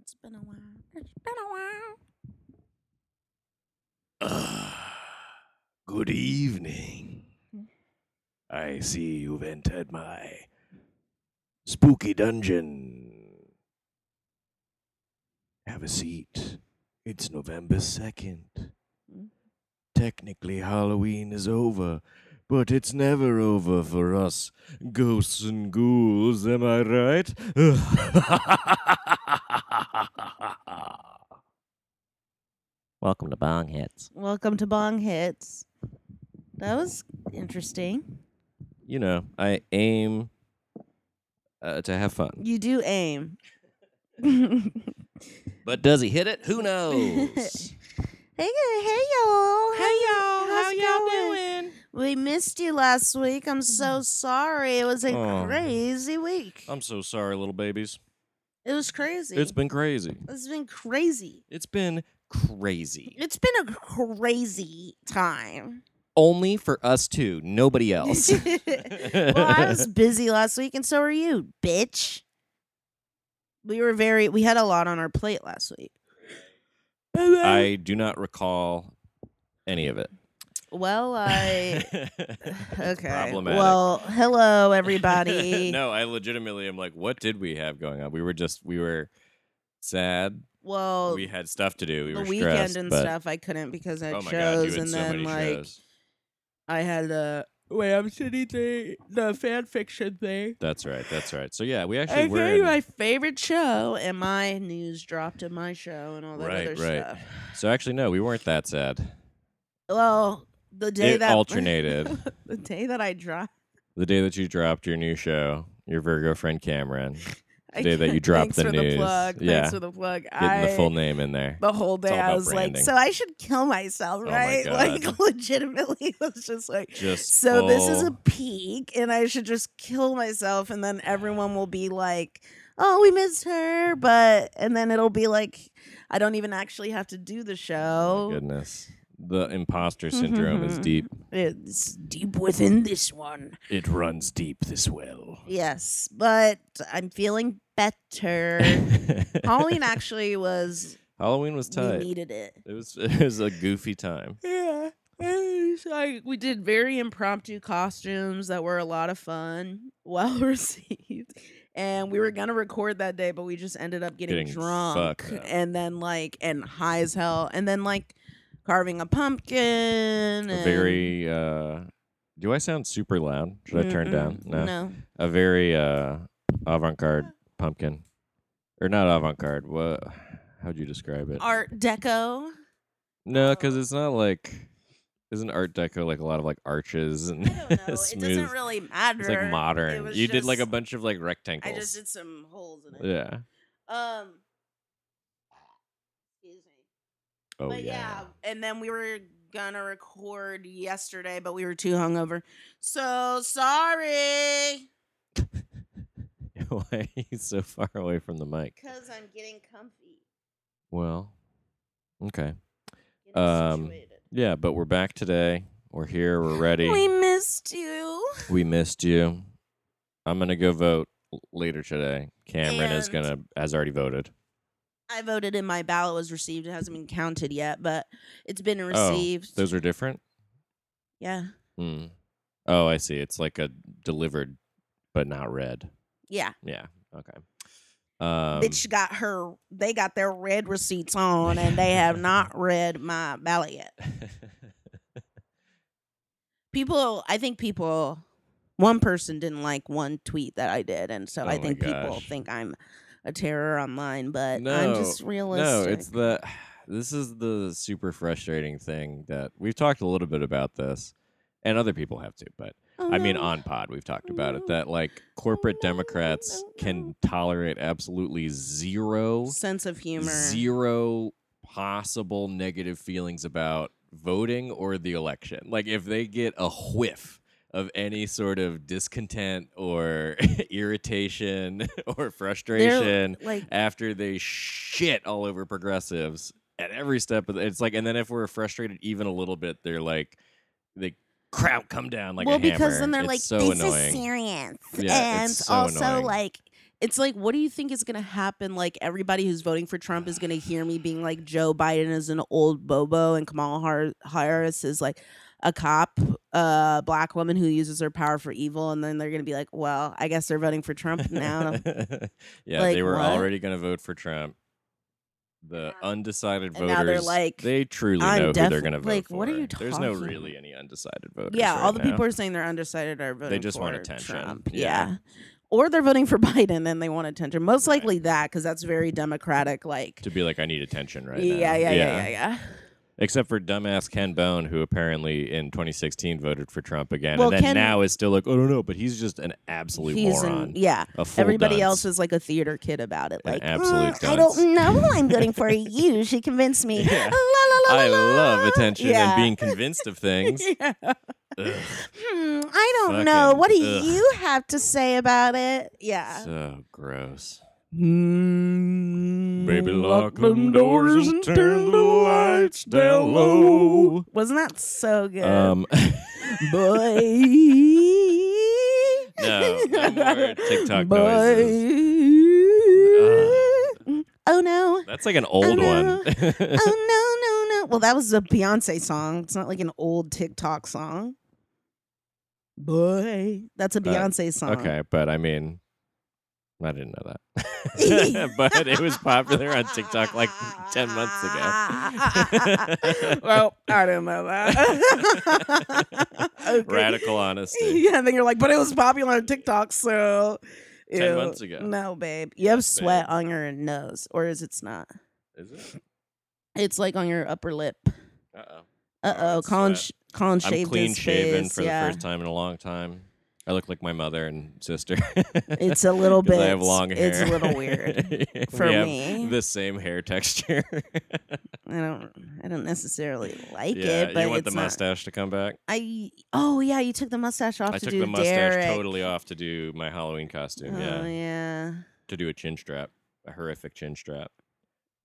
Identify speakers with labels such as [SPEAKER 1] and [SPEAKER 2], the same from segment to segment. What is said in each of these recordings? [SPEAKER 1] It's been a while. It's been a while.
[SPEAKER 2] Ah, good evening. I see you've entered my spooky dungeon. Have a seat. It's November 2nd.
[SPEAKER 1] Mm.
[SPEAKER 2] Technically, Halloween is over, but it's never over for us ghosts and ghouls, am I right?
[SPEAKER 3] Welcome to Bong Hits.
[SPEAKER 1] Welcome to Bong Hits. That was interesting.
[SPEAKER 2] you know, I aim uh, to have fun.
[SPEAKER 1] You do aim.
[SPEAKER 2] But does he hit it? Who knows?
[SPEAKER 1] Hey, guy- hey, y'all. Hey, y'all.
[SPEAKER 3] how y'all doing?
[SPEAKER 1] We missed you last week. I'm so sorry. It was a
[SPEAKER 2] Aw.
[SPEAKER 1] crazy week.
[SPEAKER 2] I'm so sorry, little babies.
[SPEAKER 1] it was crazy.
[SPEAKER 2] Um, It's been crazy.
[SPEAKER 1] it's been crazy.
[SPEAKER 2] It's been crazy.
[SPEAKER 1] It's been a crazy time.
[SPEAKER 2] Only for us two, nobody
[SPEAKER 1] well,
[SPEAKER 2] else.
[SPEAKER 1] I was busy last week, and so were you, bitch. We were very. We had a lot on our plate last week.
[SPEAKER 2] I do not recall any of it.
[SPEAKER 1] Well, I.
[SPEAKER 2] okay.
[SPEAKER 1] Okay.
[SPEAKER 2] Problematic.
[SPEAKER 1] Well, hello everybody.
[SPEAKER 2] no, I legitimately am like, what did we have going on? We were just, we were sad.
[SPEAKER 1] Well,
[SPEAKER 2] we had stuff to do. We
[SPEAKER 1] the
[SPEAKER 2] were
[SPEAKER 1] weekend
[SPEAKER 2] stressed,
[SPEAKER 1] and
[SPEAKER 2] but-
[SPEAKER 1] stuff I couldn't because I
[SPEAKER 2] Oh
[SPEAKER 1] had
[SPEAKER 2] my god, you
[SPEAKER 1] shows,
[SPEAKER 2] had
[SPEAKER 1] and
[SPEAKER 2] so
[SPEAKER 1] then
[SPEAKER 2] many
[SPEAKER 1] like
[SPEAKER 2] shows.
[SPEAKER 1] I had a. Wait, I'm sitting the the fan fiction thing.
[SPEAKER 2] That's right. That's right. So yeah, we
[SPEAKER 1] I
[SPEAKER 2] actually were
[SPEAKER 1] gave
[SPEAKER 2] in-
[SPEAKER 1] you my favorite show, and my news dropped in my show, and all that
[SPEAKER 2] Right,
[SPEAKER 1] other
[SPEAKER 2] right.
[SPEAKER 1] stuff.
[SPEAKER 2] So actually, no, we weren't that sad.
[SPEAKER 1] Well, the day
[SPEAKER 2] it
[SPEAKER 1] that
[SPEAKER 2] alternated.
[SPEAKER 1] the day that I dropped,
[SPEAKER 2] the day that you dropped your new show, your Virgo friend Cameron,
[SPEAKER 1] I
[SPEAKER 2] The day that
[SPEAKER 1] can't-
[SPEAKER 2] you dropped
[SPEAKER 1] thanks
[SPEAKER 2] the
[SPEAKER 1] for
[SPEAKER 2] news.
[SPEAKER 1] The plug.
[SPEAKER 2] Yeah.
[SPEAKER 1] Thanks for the plug.
[SPEAKER 2] getting
[SPEAKER 1] I
[SPEAKER 2] the full name in there.
[SPEAKER 1] the whole day
[SPEAKER 2] all
[SPEAKER 1] I
[SPEAKER 2] about
[SPEAKER 1] was
[SPEAKER 2] branding. Oh
[SPEAKER 1] like, so I should kill myself,
[SPEAKER 2] my
[SPEAKER 1] right?
[SPEAKER 2] God.
[SPEAKER 1] like legitimately was just like
[SPEAKER 2] Just oh
[SPEAKER 1] so this is a
[SPEAKER 2] full-
[SPEAKER 1] peak and I should just kill myself and then everyone will be like, Oh, we missed her, but and then it'll be like I don't even actually have to do the
[SPEAKER 2] Oh my
[SPEAKER 1] show.
[SPEAKER 2] goodness. The imposter syndrome is
[SPEAKER 1] Mhm.
[SPEAKER 2] deep.
[SPEAKER 1] It's deep within this one.
[SPEAKER 2] It runs deep this well.
[SPEAKER 1] Yes, but I'm feeling better. Halloween actually was
[SPEAKER 2] Halloween was
[SPEAKER 1] we
[SPEAKER 2] tight.
[SPEAKER 1] needed it.
[SPEAKER 2] It was it was a goofy time.
[SPEAKER 1] Yeah. it was Like we did very impromptu costumes that were a lot of fun, well received. And we were gonna record that day, but we just ended up getting,
[SPEAKER 2] Getting
[SPEAKER 1] drunk
[SPEAKER 2] fucked up.
[SPEAKER 1] and then like and high as hell and then like carving a pumpkin
[SPEAKER 2] A
[SPEAKER 1] and
[SPEAKER 2] very uh do I sound super loud? Should I turn down?
[SPEAKER 1] Mm-mm, No.
[SPEAKER 2] a very uh avant-garde pumpkin or not avant-garde what how'd you describe it
[SPEAKER 1] Art deco.
[SPEAKER 2] no because it's not like isn't art deco like a lot of like arches
[SPEAKER 1] I
[SPEAKER 2] and
[SPEAKER 1] don't know. it
[SPEAKER 2] smooth
[SPEAKER 1] doesn't really matter.
[SPEAKER 2] it's like modern
[SPEAKER 1] was
[SPEAKER 2] you did like a
[SPEAKER 1] just-
[SPEAKER 2] bunch of like
[SPEAKER 1] I
[SPEAKER 2] rectangles
[SPEAKER 1] just did some holes in it.
[SPEAKER 2] yeah
[SPEAKER 1] Um excuse me.
[SPEAKER 2] oh
[SPEAKER 1] but yeah.
[SPEAKER 2] yeah,
[SPEAKER 1] and then we were gonna record yesterday, but we were too hungover. So sorry,
[SPEAKER 2] why are you so far away from the mic
[SPEAKER 1] because I'm getting comfy,
[SPEAKER 2] well okay
[SPEAKER 1] getting
[SPEAKER 2] Um,
[SPEAKER 1] situated.
[SPEAKER 2] yeah but we're back today we're here we're ready
[SPEAKER 1] We missed you.
[SPEAKER 2] We missed you. I'm gonna go vote l- later today. Cameron is
[SPEAKER 1] And-
[SPEAKER 2] gonna has already voted.
[SPEAKER 1] I voted in my ballot was received. It hasn't been counted yet, but it's
[SPEAKER 2] Oh,
[SPEAKER 1] been received.
[SPEAKER 2] Those are different.
[SPEAKER 1] yeah,
[SPEAKER 2] Hmm. Oh, I see. It's like a delivered, but not read.
[SPEAKER 1] yeah.
[SPEAKER 2] Yeah. Okay. Um,
[SPEAKER 1] Bitch got her. They got their red receipts on, and they have not read my ballot yet. People, I think people. One person didn't like one tweet that I did, and so
[SPEAKER 2] Oh
[SPEAKER 1] I
[SPEAKER 2] my
[SPEAKER 1] think people
[SPEAKER 2] gosh.
[SPEAKER 1] think I'm a terror online, but I'm
[SPEAKER 2] No,
[SPEAKER 1] just
[SPEAKER 2] no,
[SPEAKER 1] realistic.
[SPEAKER 2] it's the. This is the super frustrating thing that we've talked a little bit about this, and other people have too, but.
[SPEAKER 1] Oh,
[SPEAKER 2] I mean,
[SPEAKER 1] no.
[SPEAKER 2] on pod, we've talked
[SPEAKER 1] Oh,
[SPEAKER 2] about
[SPEAKER 1] no.
[SPEAKER 2] it that like corporate
[SPEAKER 1] no, no,
[SPEAKER 2] Democrats
[SPEAKER 1] no,
[SPEAKER 2] can tolerate absolutely zero,
[SPEAKER 1] sense of humor.
[SPEAKER 2] zero possible negative feelings about voting or the election. Like, if they get a whiff of any sort of discontent or irritation or frustration
[SPEAKER 1] Like
[SPEAKER 2] after they shit all over progressives at every step of the, it's like and then if we're frustrated even a little bit they're like they crowd come down like
[SPEAKER 1] well,
[SPEAKER 2] a
[SPEAKER 1] because then
[SPEAKER 2] hammer.
[SPEAKER 1] they're
[SPEAKER 2] It's
[SPEAKER 1] like,
[SPEAKER 2] so
[SPEAKER 1] "This
[SPEAKER 2] annoying
[SPEAKER 1] is serious,"
[SPEAKER 2] Yeah,
[SPEAKER 1] and
[SPEAKER 2] it's so
[SPEAKER 1] also
[SPEAKER 2] annoying.
[SPEAKER 1] like it's like, what do you think is going to happen? Like, everybody who's voting for Trump is going to hear me being like, Joe Biden is an old bobo and Kamala Har- Harris is like a cop, uh, black woman who uses her power for evil. And then they're going to be like, well, I guess they're voting for Trump now.
[SPEAKER 2] yeah, they
[SPEAKER 1] Like,
[SPEAKER 2] were
[SPEAKER 1] what?
[SPEAKER 2] already going to vote for Trump. The undecided
[SPEAKER 1] And
[SPEAKER 2] voters.
[SPEAKER 1] now they're like,
[SPEAKER 2] they truly
[SPEAKER 1] I'm
[SPEAKER 2] know who they're
[SPEAKER 1] defi-
[SPEAKER 2] going to vote
[SPEAKER 1] like,
[SPEAKER 2] for.
[SPEAKER 1] what are you
[SPEAKER 2] There's no
[SPEAKER 1] talking
[SPEAKER 2] really any undecided voters.
[SPEAKER 1] yeah,
[SPEAKER 2] right
[SPEAKER 1] all the
[SPEAKER 2] now.
[SPEAKER 1] people are saying they're undecided are voting
[SPEAKER 2] just
[SPEAKER 1] for
[SPEAKER 2] want attention.
[SPEAKER 1] Trump.
[SPEAKER 2] Yeah.
[SPEAKER 1] Yeah. Or they're voting for Biden and they want attention. Most
[SPEAKER 2] Right.
[SPEAKER 1] likely that, because that's very democratic. Like,
[SPEAKER 2] to be like, I need attention right now.
[SPEAKER 1] yeah, yeah, yeah, yeah, yeah,
[SPEAKER 2] Except for dumbass Ken Bone, who apparently in 2016 voted for Trump again,
[SPEAKER 1] Well,
[SPEAKER 2] and then
[SPEAKER 1] Ken-
[SPEAKER 2] now is still like, oh no, no, but he's just an absolute
[SPEAKER 1] He's
[SPEAKER 2] moron.
[SPEAKER 1] an, yeah.
[SPEAKER 2] a full
[SPEAKER 1] Everybody
[SPEAKER 2] dunce.
[SPEAKER 1] else is like a theater kid about it.
[SPEAKER 2] An
[SPEAKER 1] Like,
[SPEAKER 2] absolute
[SPEAKER 1] "Mm, I
[SPEAKER 2] dunce."
[SPEAKER 1] don't know. I'm voting for you. She convinced me. La,
[SPEAKER 2] Yeah.
[SPEAKER 1] la, la,
[SPEAKER 2] I
[SPEAKER 1] la,
[SPEAKER 2] love
[SPEAKER 1] la."
[SPEAKER 2] attention
[SPEAKER 1] Yeah.
[SPEAKER 2] and being convinced of things.
[SPEAKER 1] Yeah.
[SPEAKER 2] Ugh,
[SPEAKER 1] Hmm, I don't know.
[SPEAKER 2] Fucking-
[SPEAKER 1] What do
[SPEAKER 2] ugh.
[SPEAKER 1] you have to say about it? Yeah.
[SPEAKER 2] so gross.
[SPEAKER 1] Baby,
[SPEAKER 2] Hmm. lock them doors and turn the lights down low.
[SPEAKER 1] Wasn't that so good?
[SPEAKER 2] Um,
[SPEAKER 1] Boy.
[SPEAKER 2] No, no more TikTok
[SPEAKER 1] Boy. Oh no.
[SPEAKER 2] that's like an old
[SPEAKER 1] no.
[SPEAKER 2] one.
[SPEAKER 1] Oh no, no, no. Well, that was a Beyonce song. It's not like an old TikTok song. Boy. That's a Beyonce song.
[SPEAKER 2] Uh, okay, but I mean, I didn't know that. but it was popular on TikTok like 10 months ago.
[SPEAKER 1] well, I don't know that. Okay.
[SPEAKER 2] Radical honesty.
[SPEAKER 1] Yeah, and then you're like, but it was popular on TikTok, so.
[SPEAKER 2] 10
[SPEAKER 1] Ew.
[SPEAKER 2] months ago.
[SPEAKER 1] No, babe. You have
[SPEAKER 2] Yes, babe.
[SPEAKER 1] sweat on your nose, or is it's not?
[SPEAKER 2] Is it?
[SPEAKER 1] It's like on your upper lip.
[SPEAKER 2] Uh-oh.
[SPEAKER 1] Uh oh,
[SPEAKER 2] it's
[SPEAKER 1] Colin,
[SPEAKER 2] sweat.
[SPEAKER 1] sh- Colin shaved
[SPEAKER 2] I'm clean
[SPEAKER 1] his
[SPEAKER 2] shaven
[SPEAKER 1] face,
[SPEAKER 2] for
[SPEAKER 1] yeah.
[SPEAKER 2] the first time in a long time. I look like my mother and sister.
[SPEAKER 1] It's a little
[SPEAKER 2] 'Cause
[SPEAKER 1] bit.
[SPEAKER 2] I have long hair.
[SPEAKER 1] It's a little weird for
[SPEAKER 2] we have
[SPEAKER 1] me.
[SPEAKER 2] The same hair texture.
[SPEAKER 1] I don't. I don't necessarily like
[SPEAKER 2] yeah,
[SPEAKER 1] it, but
[SPEAKER 2] you want the
[SPEAKER 1] it's not-
[SPEAKER 2] mustache to come back?
[SPEAKER 1] I. Oh yeah, you took the mustache off
[SPEAKER 2] I
[SPEAKER 1] to
[SPEAKER 2] took
[SPEAKER 1] do
[SPEAKER 2] the mustache
[SPEAKER 1] Derek.
[SPEAKER 2] totally off to do my Halloween costume.
[SPEAKER 1] Oh
[SPEAKER 2] yeah.
[SPEAKER 1] yeah.
[SPEAKER 2] to do a chin strap, a horrific chin strap.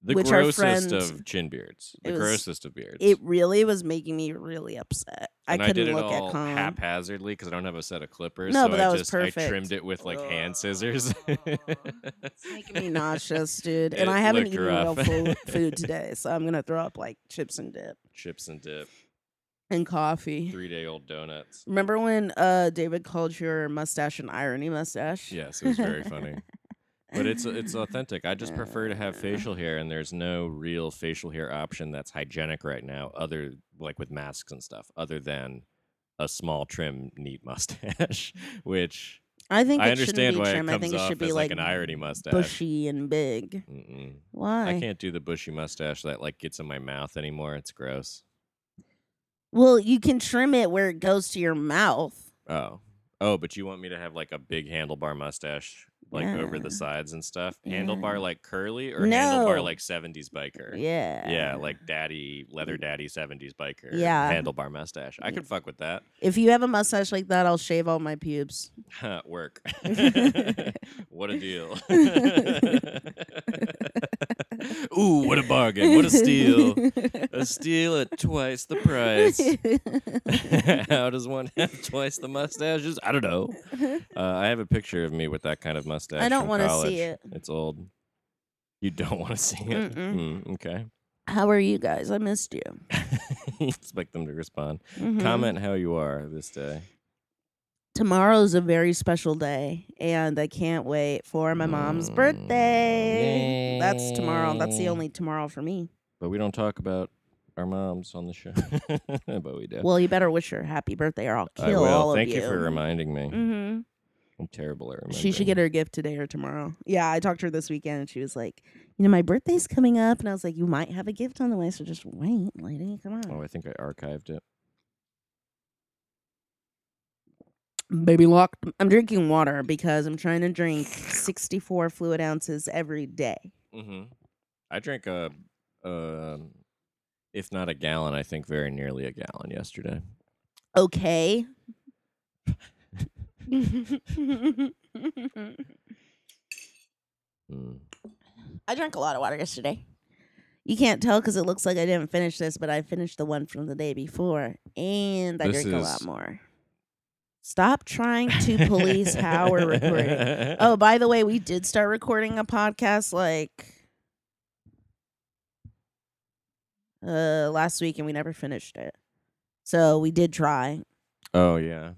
[SPEAKER 2] The
[SPEAKER 1] Which our
[SPEAKER 2] grossest
[SPEAKER 1] friend-
[SPEAKER 2] of chin beards. The
[SPEAKER 1] it was-
[SPEAKER 2] grossest of beards.
[SPEAKER 1] It really was making me really upset.
[SPEAKER 2] and
[SPEAKER 1] I couldn't
[SPEAKER 2] did it
[SPEAKER 1] look
[SPEAKER 2] all
[SPEAKER 1] at Colin.
[SPEAKER 2] haphazardly because I don't have a set of clippers.
[SPEAKER 1] No,
[SPEAKER 2] so
[SPEAKER 1] but
[SPEAKER 2] I
[SPEAKER 1] that was
[SPEAKER 2] just I
[SPEAKER 1] perfect.
[SPEAKER 2] trimmed it with like hand scissors.
[SPEAKER 1] Ugh. it's making me nauseous, dude. And
[SPEAKER 2] It
[SPEAKER 1] I haven't
[SPEAKER 2] looked
[SPEAKER 1] eaten
[SPEAKER 2] rough.
[SPEAKER 1] real food, food today, so I'm gonna throw up like chips and dip
[SPEAKER 2] Chips and dip,
[SPEAKER 1] and coffee.
[SPEAKER 2] three day old donuts.
[SPEAKER 1] Remember when uh, David called your mustache an irony mustache?
[SPEAKER 2] Yes, it was very funny. But it's it's authentic. I just prefer to have
[SPEAKER 1] Uh.
[SPEAKER 2] facial hair, and there's no real facial hair option that's hygienic right now, other like with masks and stuff, other than a small trim, neat mustache, which
[SPEAKER 1] I think
[SPEAKER 2] I
[SPEAKER 1] it shouldn't
[SPEAKER 2] understand
[SPEAKER 1] be
[SPEAKER 2] why
[SPEAKER 1] trim.
[SPEAKER 2] it
[SPEAKER 1] I
[SPEAKER 2] comes
[SPEAKER 1] think it
[SPEAKER 2] off
[SPEAKER 1] should be
[SPEAKER 2] as
[SPEAKER 1] like,
[SPEAKER 2] like, an irony mustache.
[SPEAKER 1] bushy and big.
[SPEAKER 2] Mm-mm.
[SPEAKER 1] Why?
[SPEAKER 2] I can't do the bushy mustache that like gets in my mouth anymore. It's gross.
[SPEAKER 1] Well, you can trim it where it goes to your mouth.
[SPEAKER 2] Oh, oh, but you want me to have like a big handlebar mustache, like over the
[SPEAKER 1] Yeah.
[SPEAKER 2] sides and stuff.
[SPEAKER 1] Yeah.
[SPEAKER 2] Handlebar like curly or handlebar
[SPEAKER 1] No.
[SPEAKER 2] like '70s biker.
[SPEAKER 1] Yeah.
[SPEAKER 2] Yeah, like daddy, leather daddy, 70s biker.
[SPEAKER 1] Yeah.
[SPEAKER 2] Handlebar mustache. I could fuck with that.
[SPEAKER 1] if you have a mustache like that, I'll shave all my pubes.
[SPEAKER 2] Huh, Work. what a deal. Ooh, what a bargain. What a steal. A steal at twice the price. How does one have twice the mustaches? I don't know. Uh, I have a picture of me with that kind of mustache.
[SPEAKER 1] don't
[SPEAKER 2] want
[SPEAKER 1] wanna
[SPEAKER 2] to
[SPEAKER 1] see it.
[SPEAKER 2] It's old. You don't want to see it?
[SPEAKER 1] Mm-mm.
[SPEAKER 2] Mm, okay.
[SPEAKER 1] How are you guys? I missed you.
[SPEAKER 2] Expect them to respond.
[SPEAKER 1] Mhm.
[SPEAKER 2] Comment how you are this day.
[SPEAKER 1] Tomorrow is a very special day, and I can't wait for my mom's
[SPEAKER 2] Mm,
[SPEAKER 1] birthday. That's tomorrow. That's
[SPEAKER 2] yay.
[SPEAKER 1] the only tomorrow for me.
[SPEAKER 2] But we don't talk about our moms on the show. but we do.
[SPEAKER 1] Well, you better wish her happy birthday, or I'll kill
[SPEAKER 2] I will.
[SPEAKER 1] all
[SPEAKER 2] Thank
[SPEAKER 1] of
[SPEAKER 2] you.
[SPEAKER 1] you.
[SPEAKER 2] for reminding me.
[SPEAKER 1] Mm-hmm.
[SPEAKER 2] I'm terrible at remembering.
[SPEAKER 1] She should get her gift today or tomorrow. Yeah, I talked to her this weekend and she was like, you know, my birthday's coming up. And I was like, you might have a gift on the way. So just wait, lady. Come on.
[SPEAKER 2] Oh, I think I archived it.
[SPEAKER 1] Baby lock. I'm drinking water because I'm trying to drink 64 fluid ounces every day.
[SPEAKER 2] Mm-hmm. I drank a, um if not a gallon, I think very nearly a gallon yesterday.
[SPEAKER 1] Okay.
[SPEAKER 2] Mm.
[SPEAKER 1] I drank a lot of water yesterday. You can't tell because it looks like I didn't finish this, but I finished the one from the day before and I
[SPEAKER 2] This
[SPEAKER 1] drank a
[SPEAKER 2] is-
[SPEAKER 1] lot more. Stop trying to police how we're recording. Oh, by the way, we did start recording a podcast like uh last week and we never finished it. So we did try.
[SPEAKER 2] Oh yeah.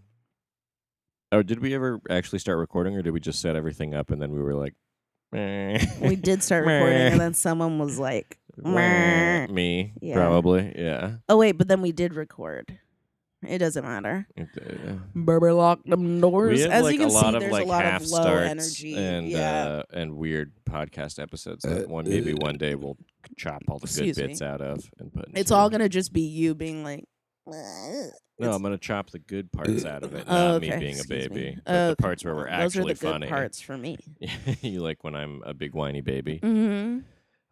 [SPEAKER 2] Oh, did we ever actually start recording, or did we just set everything up and then we were like, "Meh."
[SPEAKER 1] We did start recording and then someone was like,
[SPEAKER 2] Meh. me
[SPEAKER 1] Yeah.
[SPEAKER 2] probably yeah.
[SPEAKER 1] "Oh wait, but then we did record." It doesn't matter.
[SPEAKER 2] It, uh,
[SPEAKER 1] Burber lock them doors.
[SPEAKER 2] we had
[SPEAKER 1] As
[SPEAKER 2] like
[SPEAKER 1] you can
[SPEAKER 2] a lot
[SPEAKER 1] see,
[SPEAKER 2] of
[SPEAKER 1] there's
[SPEAKER 2] like
[SPEAKER 1] a lot
[SPEAKER 2] half
[SPEAKER 1] of low
[SPEAKER 2] starts
[SPEAKER 1] energy.
[SPEAKER 2] and
[SPEAKER 1] yeah.
[SPEAKER 2] uh, and weird podcast episodes that one maybe one day we'll chop all the good
[SPEAKER 1] Excuse
[SPEAKER 2] bits
[SPEAKER 1] me.
[SPEAKER 2] out of and put.
[SPEAKER 1] it's
[SPEAKER 2] into-
[SPEAKER 1] all gonna just be you being like
[SPEAKER 2] No,
[SPEAKER 1] it's-
[SPEAKER 2] I'm gonna chop the good parts out of it,
[SPEAKER 1] Oh,
[SPEAKER 2] not me
[SPEAKER 1] okay.
[SPEAKER 2] being a
[SPEAKER 1] Excuse me.
[SPEAKER 2] baby, but the
[SPEAKER 1] Okay. Uh,
[SPEAKER 2] parts where we're
[SPEAKER 1] Those are
[SPEAKER 2] actually
[SPEAKER 1] the good
[SPEAKER 2] funny.
[SPEAKER 1] parts for me.
[SPEAKER 2] you like when I'm a big whiny baby?
[SPEAKER 1] hmm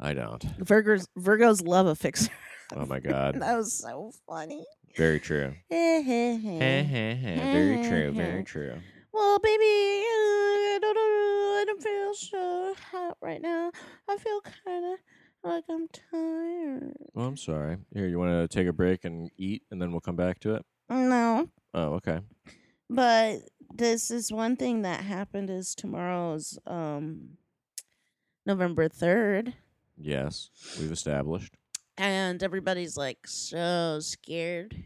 [SPEAKER 2] I don't.
[SPEAKER 1] Virgos Virgos love a fixer.
[SPEAKER 2] Oh my god,
[SPEAKER 1] that was so funny.
[SPEAKER 2] very true. Heh,
[SPEAKER 1] well,
[SPEAKER 2] heh, heh. very true. Very
[SPEAKER 1] Mhm.
[SPEAKER 2] true.
[SPEAKER 1] baby, uh, I don't know. I don't feel so hot right now. I feel kind of like I'm tired.
[SPEAKER 2] Well, I'm sorry. Here, you want to take a break and eat, and then we'll come back to it.
[SPEAKER 1] No,
[SPEAKER 2] Oh, okay.
[SPEAKER 1] but this is one thing that happened. Is tomorrow's um November third.
[SPEAKER 2] Yes, we've established.
[SPEAKER 1] and everybody's like so scared.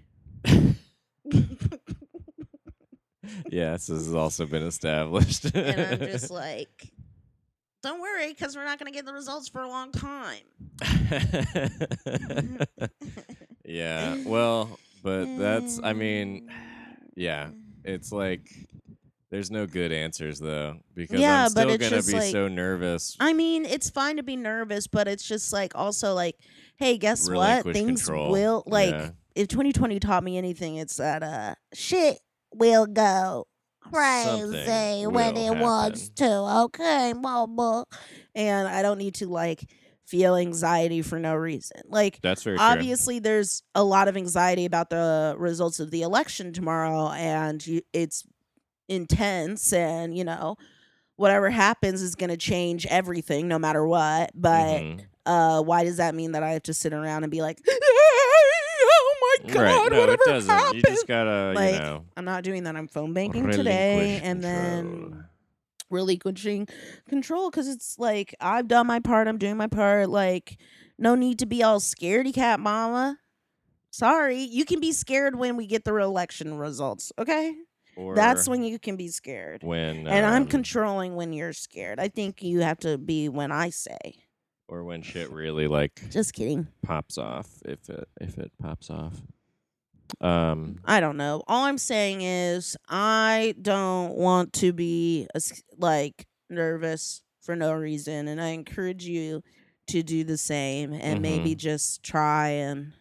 [SPEAKER 2] yes, this has also been established.
[SPEAKER 1] and I'm just like, don't worry, because we're not going to get the results for a long time.
[SPEAKER 2] yeah. Well, but that's. I mean, yeah. It's like there's no good answers though because
[SPEAKER 1] Yeah,
[SPEAKER 2] I'm
[SPEAKER 1] but
[SPEAKER 2] still
[SPEAKER 1] it's
[SPEAKER 2] gonna
[SPEAKER 1] just
[SPEAKER 2] be
[SPEAKER 1] like-
[SPEAKER 2] so nervous.
[SPEAKER 1] I mean, it's fine to be nervous, but it's just like also like, hey, guess what?
[SPEAKER 2] Relinquish
[SPEAKER 1] Things
[SPEAKER 2] control.
[SPEAKER 1] will like
[SPEAKER 2] Yeah.
[SPEAKER 1] if 2020 taught me anything, it's that uh shit will go
[SPEAKER 2] Something
[SPEAKER 1] crazy when it
[SPEAKER 2] will
[SPEAKER 1] wants
[SPEAKER 2] happen.
[SPEAKER 1] to. Okay, mama. And I don't need to like feel anxiety for no reason. Like
[SPEAKER 2] That's very true.
[SPEAKER 1] obviously there's a lot of anxiety about the results of the election tomorrow and you, it's intense and you know whatever happens is going to change everything no matter what but
[SPEAKER 2] Mhm.
[SPEAKER 1] uh why does that mean that i have to sit around and be like oh my god
[SPEAKER 2] right? No, it
[SPEAKER 1] whatever
[SPEAKER 2] doesn't.
[SPEAKER 1] happened
[SPEAKER 2] You just gotta, you
[SPEAKER 1] Like,
[SPEAKER 2] know,
[SPEAKER 1] i'm not doing that i'm phone banking today
[SPEAKER 2] relinquish
[SPEAKER 1] and then
[SPEAKER 2] control.
[SPEAKER 1] relinquishing control because it's like I've done my part, I'm doing my part. Like, no need to be all scaredy cat, mama. Sorry, you can be scared when we get the election results. Okay,
[SPEAKER 2] Or
[SPEAKER 1] that's when you can be scared.
[SPEAKER 2] when
[SPEAKER 1] and I'm
[SPEAKER 2] um,
[SPEAKER 1] controlling when you're scared. I think you have to be when I say.
[SPEAKER 2] or when shit really like
[SPEAKER 1] Just kidding.
[SPEAKER 2] pops off if it if it pops off. Um.
[SPEAKER 1] I don't know. All I'm saying is I don't want to be a s- like nervous for no reason, and I encourage you to do the same and
[SPEAKER 2] Mm-hmm.
[SPEAKER 1] maybe just try and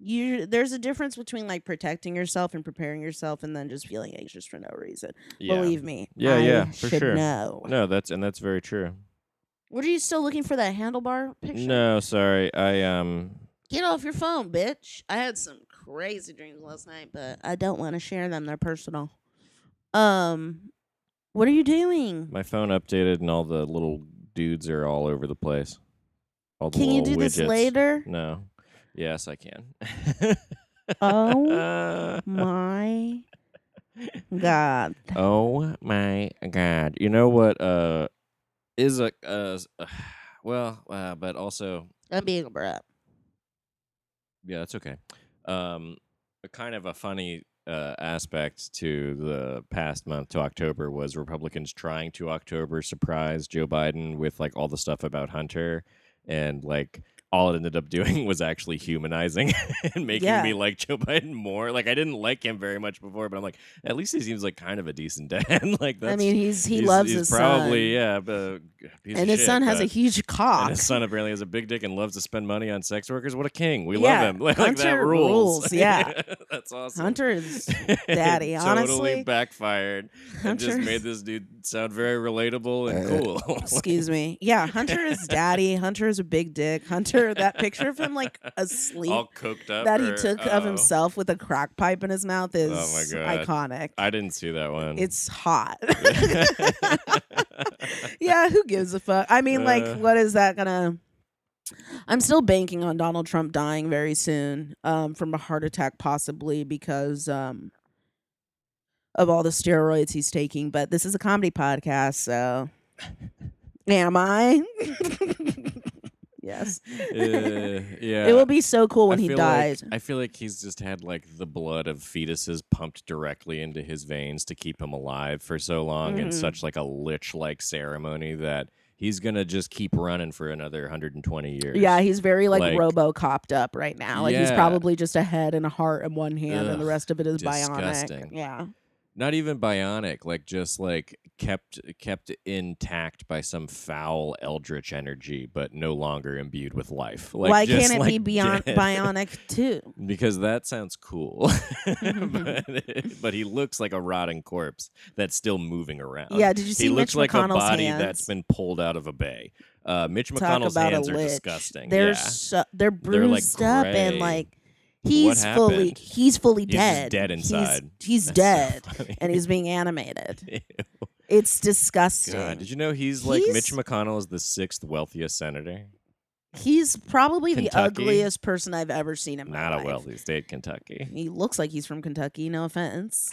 [SPEAKER 1] you there's a difference between like protecting yourself and preparing yourself and then just feeling anxious for no reason
[SPEAKER 2] Yeah.
[SPEAKER 1] believe me
[SPEAKER 2] Yeah,
[SPEAKER 1] I
[SPEAKER 2] yeah, for
[SPEAKER 1] should
[SPEAKER 2] sure.
[SPEAKER 1] know.
[SPEAKER 2] no, that's and that's very true.
[SPEAKER 1] what are you still looking for that handlebar picture
[SPEAKER 2] No, sorry. I um.
[SPEAKER 1] Get off your phone, bitch. I had some crazy dreams last night, but I don't want to share them. They're personal. Um, what are you doing?
[SPEAKER 2] My phone updated and all the little dudes are all over the place. All the
[SPEAKER 1] Can you do
[SPEAKER 2] little
[SPEAKER 1] this
[SPEAKER 2] widgets.
[SPEAKER 1] later?
[SPEAKER 2] No. Yes, I can.
[SPEAKER 1] Oh my god.
[SPEAKER 2] oh my god. You know what uh is a uh well, uh, but also
[SPEAKER 1] I'm being a brat.
[SPEAKER 2] yeah, that's okay. Um a kind of a funny uh, aspect to the past month to October was Republicans trying to October surprise Joe Biden with like all the stuff about Hunter and like all it ended up doing was actually humanizing and making
[SPEAKER 1] Yeah.
[SPEAKER 2] me like Joe Biden more. Like I didn't like him very much before, but I'm like, at least he seems like kind of a decent dad. like that's
[SPEAKER 1] I mean, he's he
[SPEAKER 2] he's-
[SPEAKER 1] loves
[SPEAKER 2] he's
[SPEAKER 1] his
[SPEAKER 2] probably
[SPEAKER 1] son,
[SPEAKER 2] yeah, but uh, piece of
[SPEAKER 1] and his
[SPEAKER 2] shit,
[SPEAKER 1] son has a
[SPEAKER 2] but-
[SPEAKER 1] huge cock.
[SPEAKER 2] and his son apparently has a big dick and loves to spend money on sex workers. What a king! We
[SPEAKER 1] Yeah,
[SPEAKER 2] love him. Like, that
[SPEAKER 1] Hunter
[SPEAKER 2] rules.
[SPEAKER 1] rules, yeah.
[SPEAKER 2] that's awesome.
[SPEAKER 1] Hunter is
[SPEAKER 2] It
[SPEAKER 1] daddy,
[SPEAKER 2] totally
[SPEAKER 1] honestly.
[SPEAKER 2] backfired and just
[SPEAKER 1] Hunter-
[SPEAKER 2] made this dude sound very relatable and cool.
[SPEAKER 1] Excuse me. Yeah, Hunter is daddy. Hunter is a big dick. Hunter, that picture of him like asleep.
[SPEAKER 2] all cooked up
[SPEAKER 1] that he
[SPEAKER 2] or-
[SPEAKER 1] took of
[SPEAKER 2] oh.
[SPEAKER 1] himself with a crack pipe in his mouth is
[SPEAKER 2] Oh my God.
[SPEAKER 1] iconic.
[SPEAKER 2] I didn't see that one.
[SPEAKER 1] it's hot. yeah, who gives a fuck? I mean, like,
[SPEAKER 2] Uh.
[SPEAKER 1] what is that gonna? I'm still banking on Donald Trump dying very soon um, from a heart attack, possibly because um, of all the steroids he's taking. But this is a comedy podcast, so am I? yes.
[SPEAKER 2] Uh, yeah.
[SPEAKER 1] It will be so cool when
[SPEAKER 2] I
[SPEAKER 1] he
[SPEAKER 2] feel
[SPEAKER 1] dies.
[SPEAKER 2] Like, I feel like he's just had like the blood of fetuses pumped directly into his veins to keep him alive for so long in
[SPEAKER 1] Mhm.
[SPEAKER 2] such like a lich like ceremony that he's gonna just keep running for another 120 years.
[SPEAKER 1] yeah, he's very like,
[SPEAKER 2] like-
[SPEAKER 1] robo copped up right now. Like he's
[SPEAKER 2] Yeah.
[SPEAKER 1] probably just a head and a heart in one hand, and the
[SPEAKER 2] Ugh,
[SPEAKER 1] rest of it is bionic.
[SPEAKER 2] disgusting.
[SPEAKER 1] Yeah.
[SPEAKER 2] Not even bionic, like just like kept kept intact by some foul eldritch energy, but no longer imbued with life. Like,
[SPEAKER 1] Why
[SPEAKER 2] just,
[SPEAKER 1] can't it
[SPEAKER 2] like,
[SPEAKER 1] be beyond
[SPEAKER 2] dead.
[SPEAKER 1] bionic too?
[SPEAKER 2] Because that sounds cool, but, but he looks like a rotting corpse that's still moving around.
[SPEAKER 1] Yeah, did you see
[SPEAKER 2] he looks
[SPEAKER 1] Mitch
[SPEAKER 2] like
[SPEAKER 1] McConnell's
[SPEAKER 2] a body
[SPEAKER 1] hands?
[SPEAKER 2] that's been pulled out of a bay. Uh, Mitch
[SPEAKER 1] Talk
[SPEAKER 2] McConnell's
[SPEAKER 1] about
[SPEAKER 2] hands
[SPEAKER 1] a
[SPEAKER 2] are
[SPEAKER 1] lich.
[SPEAKER 2] disgusting.
[SPEAKER 1] They're
[SPEAKER 2] yeah.
[SPEAKER 1] so, they're
[SPEAKER 2] They're, like,
[SPEAKER 1] bruised up and
[SPEAKER 2] gray.
[SPEAKER 1] like
[SPEAKER 2] What
[SPEAKER 1] he's fully
[SPEAKER 2] happened?
[SPEAKER 1] he's fully
[SPEAKER 2] He's just
[SPEAKER 1] dead.
[SPEAKER 2] dead
[SPEAKER 1] He's-
[SPEAKER 2] inside.
[SPEAKER 1] He's,
[SPEAKER 2] That's so
[SPEAKER 1] dead
[SPEAKER 2] funny.
[SPEAKER 1] and he's being animated.
[SPEAKER 2] Ew.
[SPEAKER 1] It's disgusting.
[SPEAKER 2] God, did you know he's like Mitch
[SPEAKER 1] He's-
[SPEAKER 2] McConnell is the sixth wealthiest senator?
[SPEAKER 1] he's probably the
[SPEAKER 2] Kentucky?
[SPEAKER 1] ugliest person I've ever seen in my
[SPEAKER 2] Not a
[SPEAKER 1] life.
[SPEAKER 2] wealthy state, Kentucky.
[SPEAKER 1] He looks like he's from Kentucky. No offense.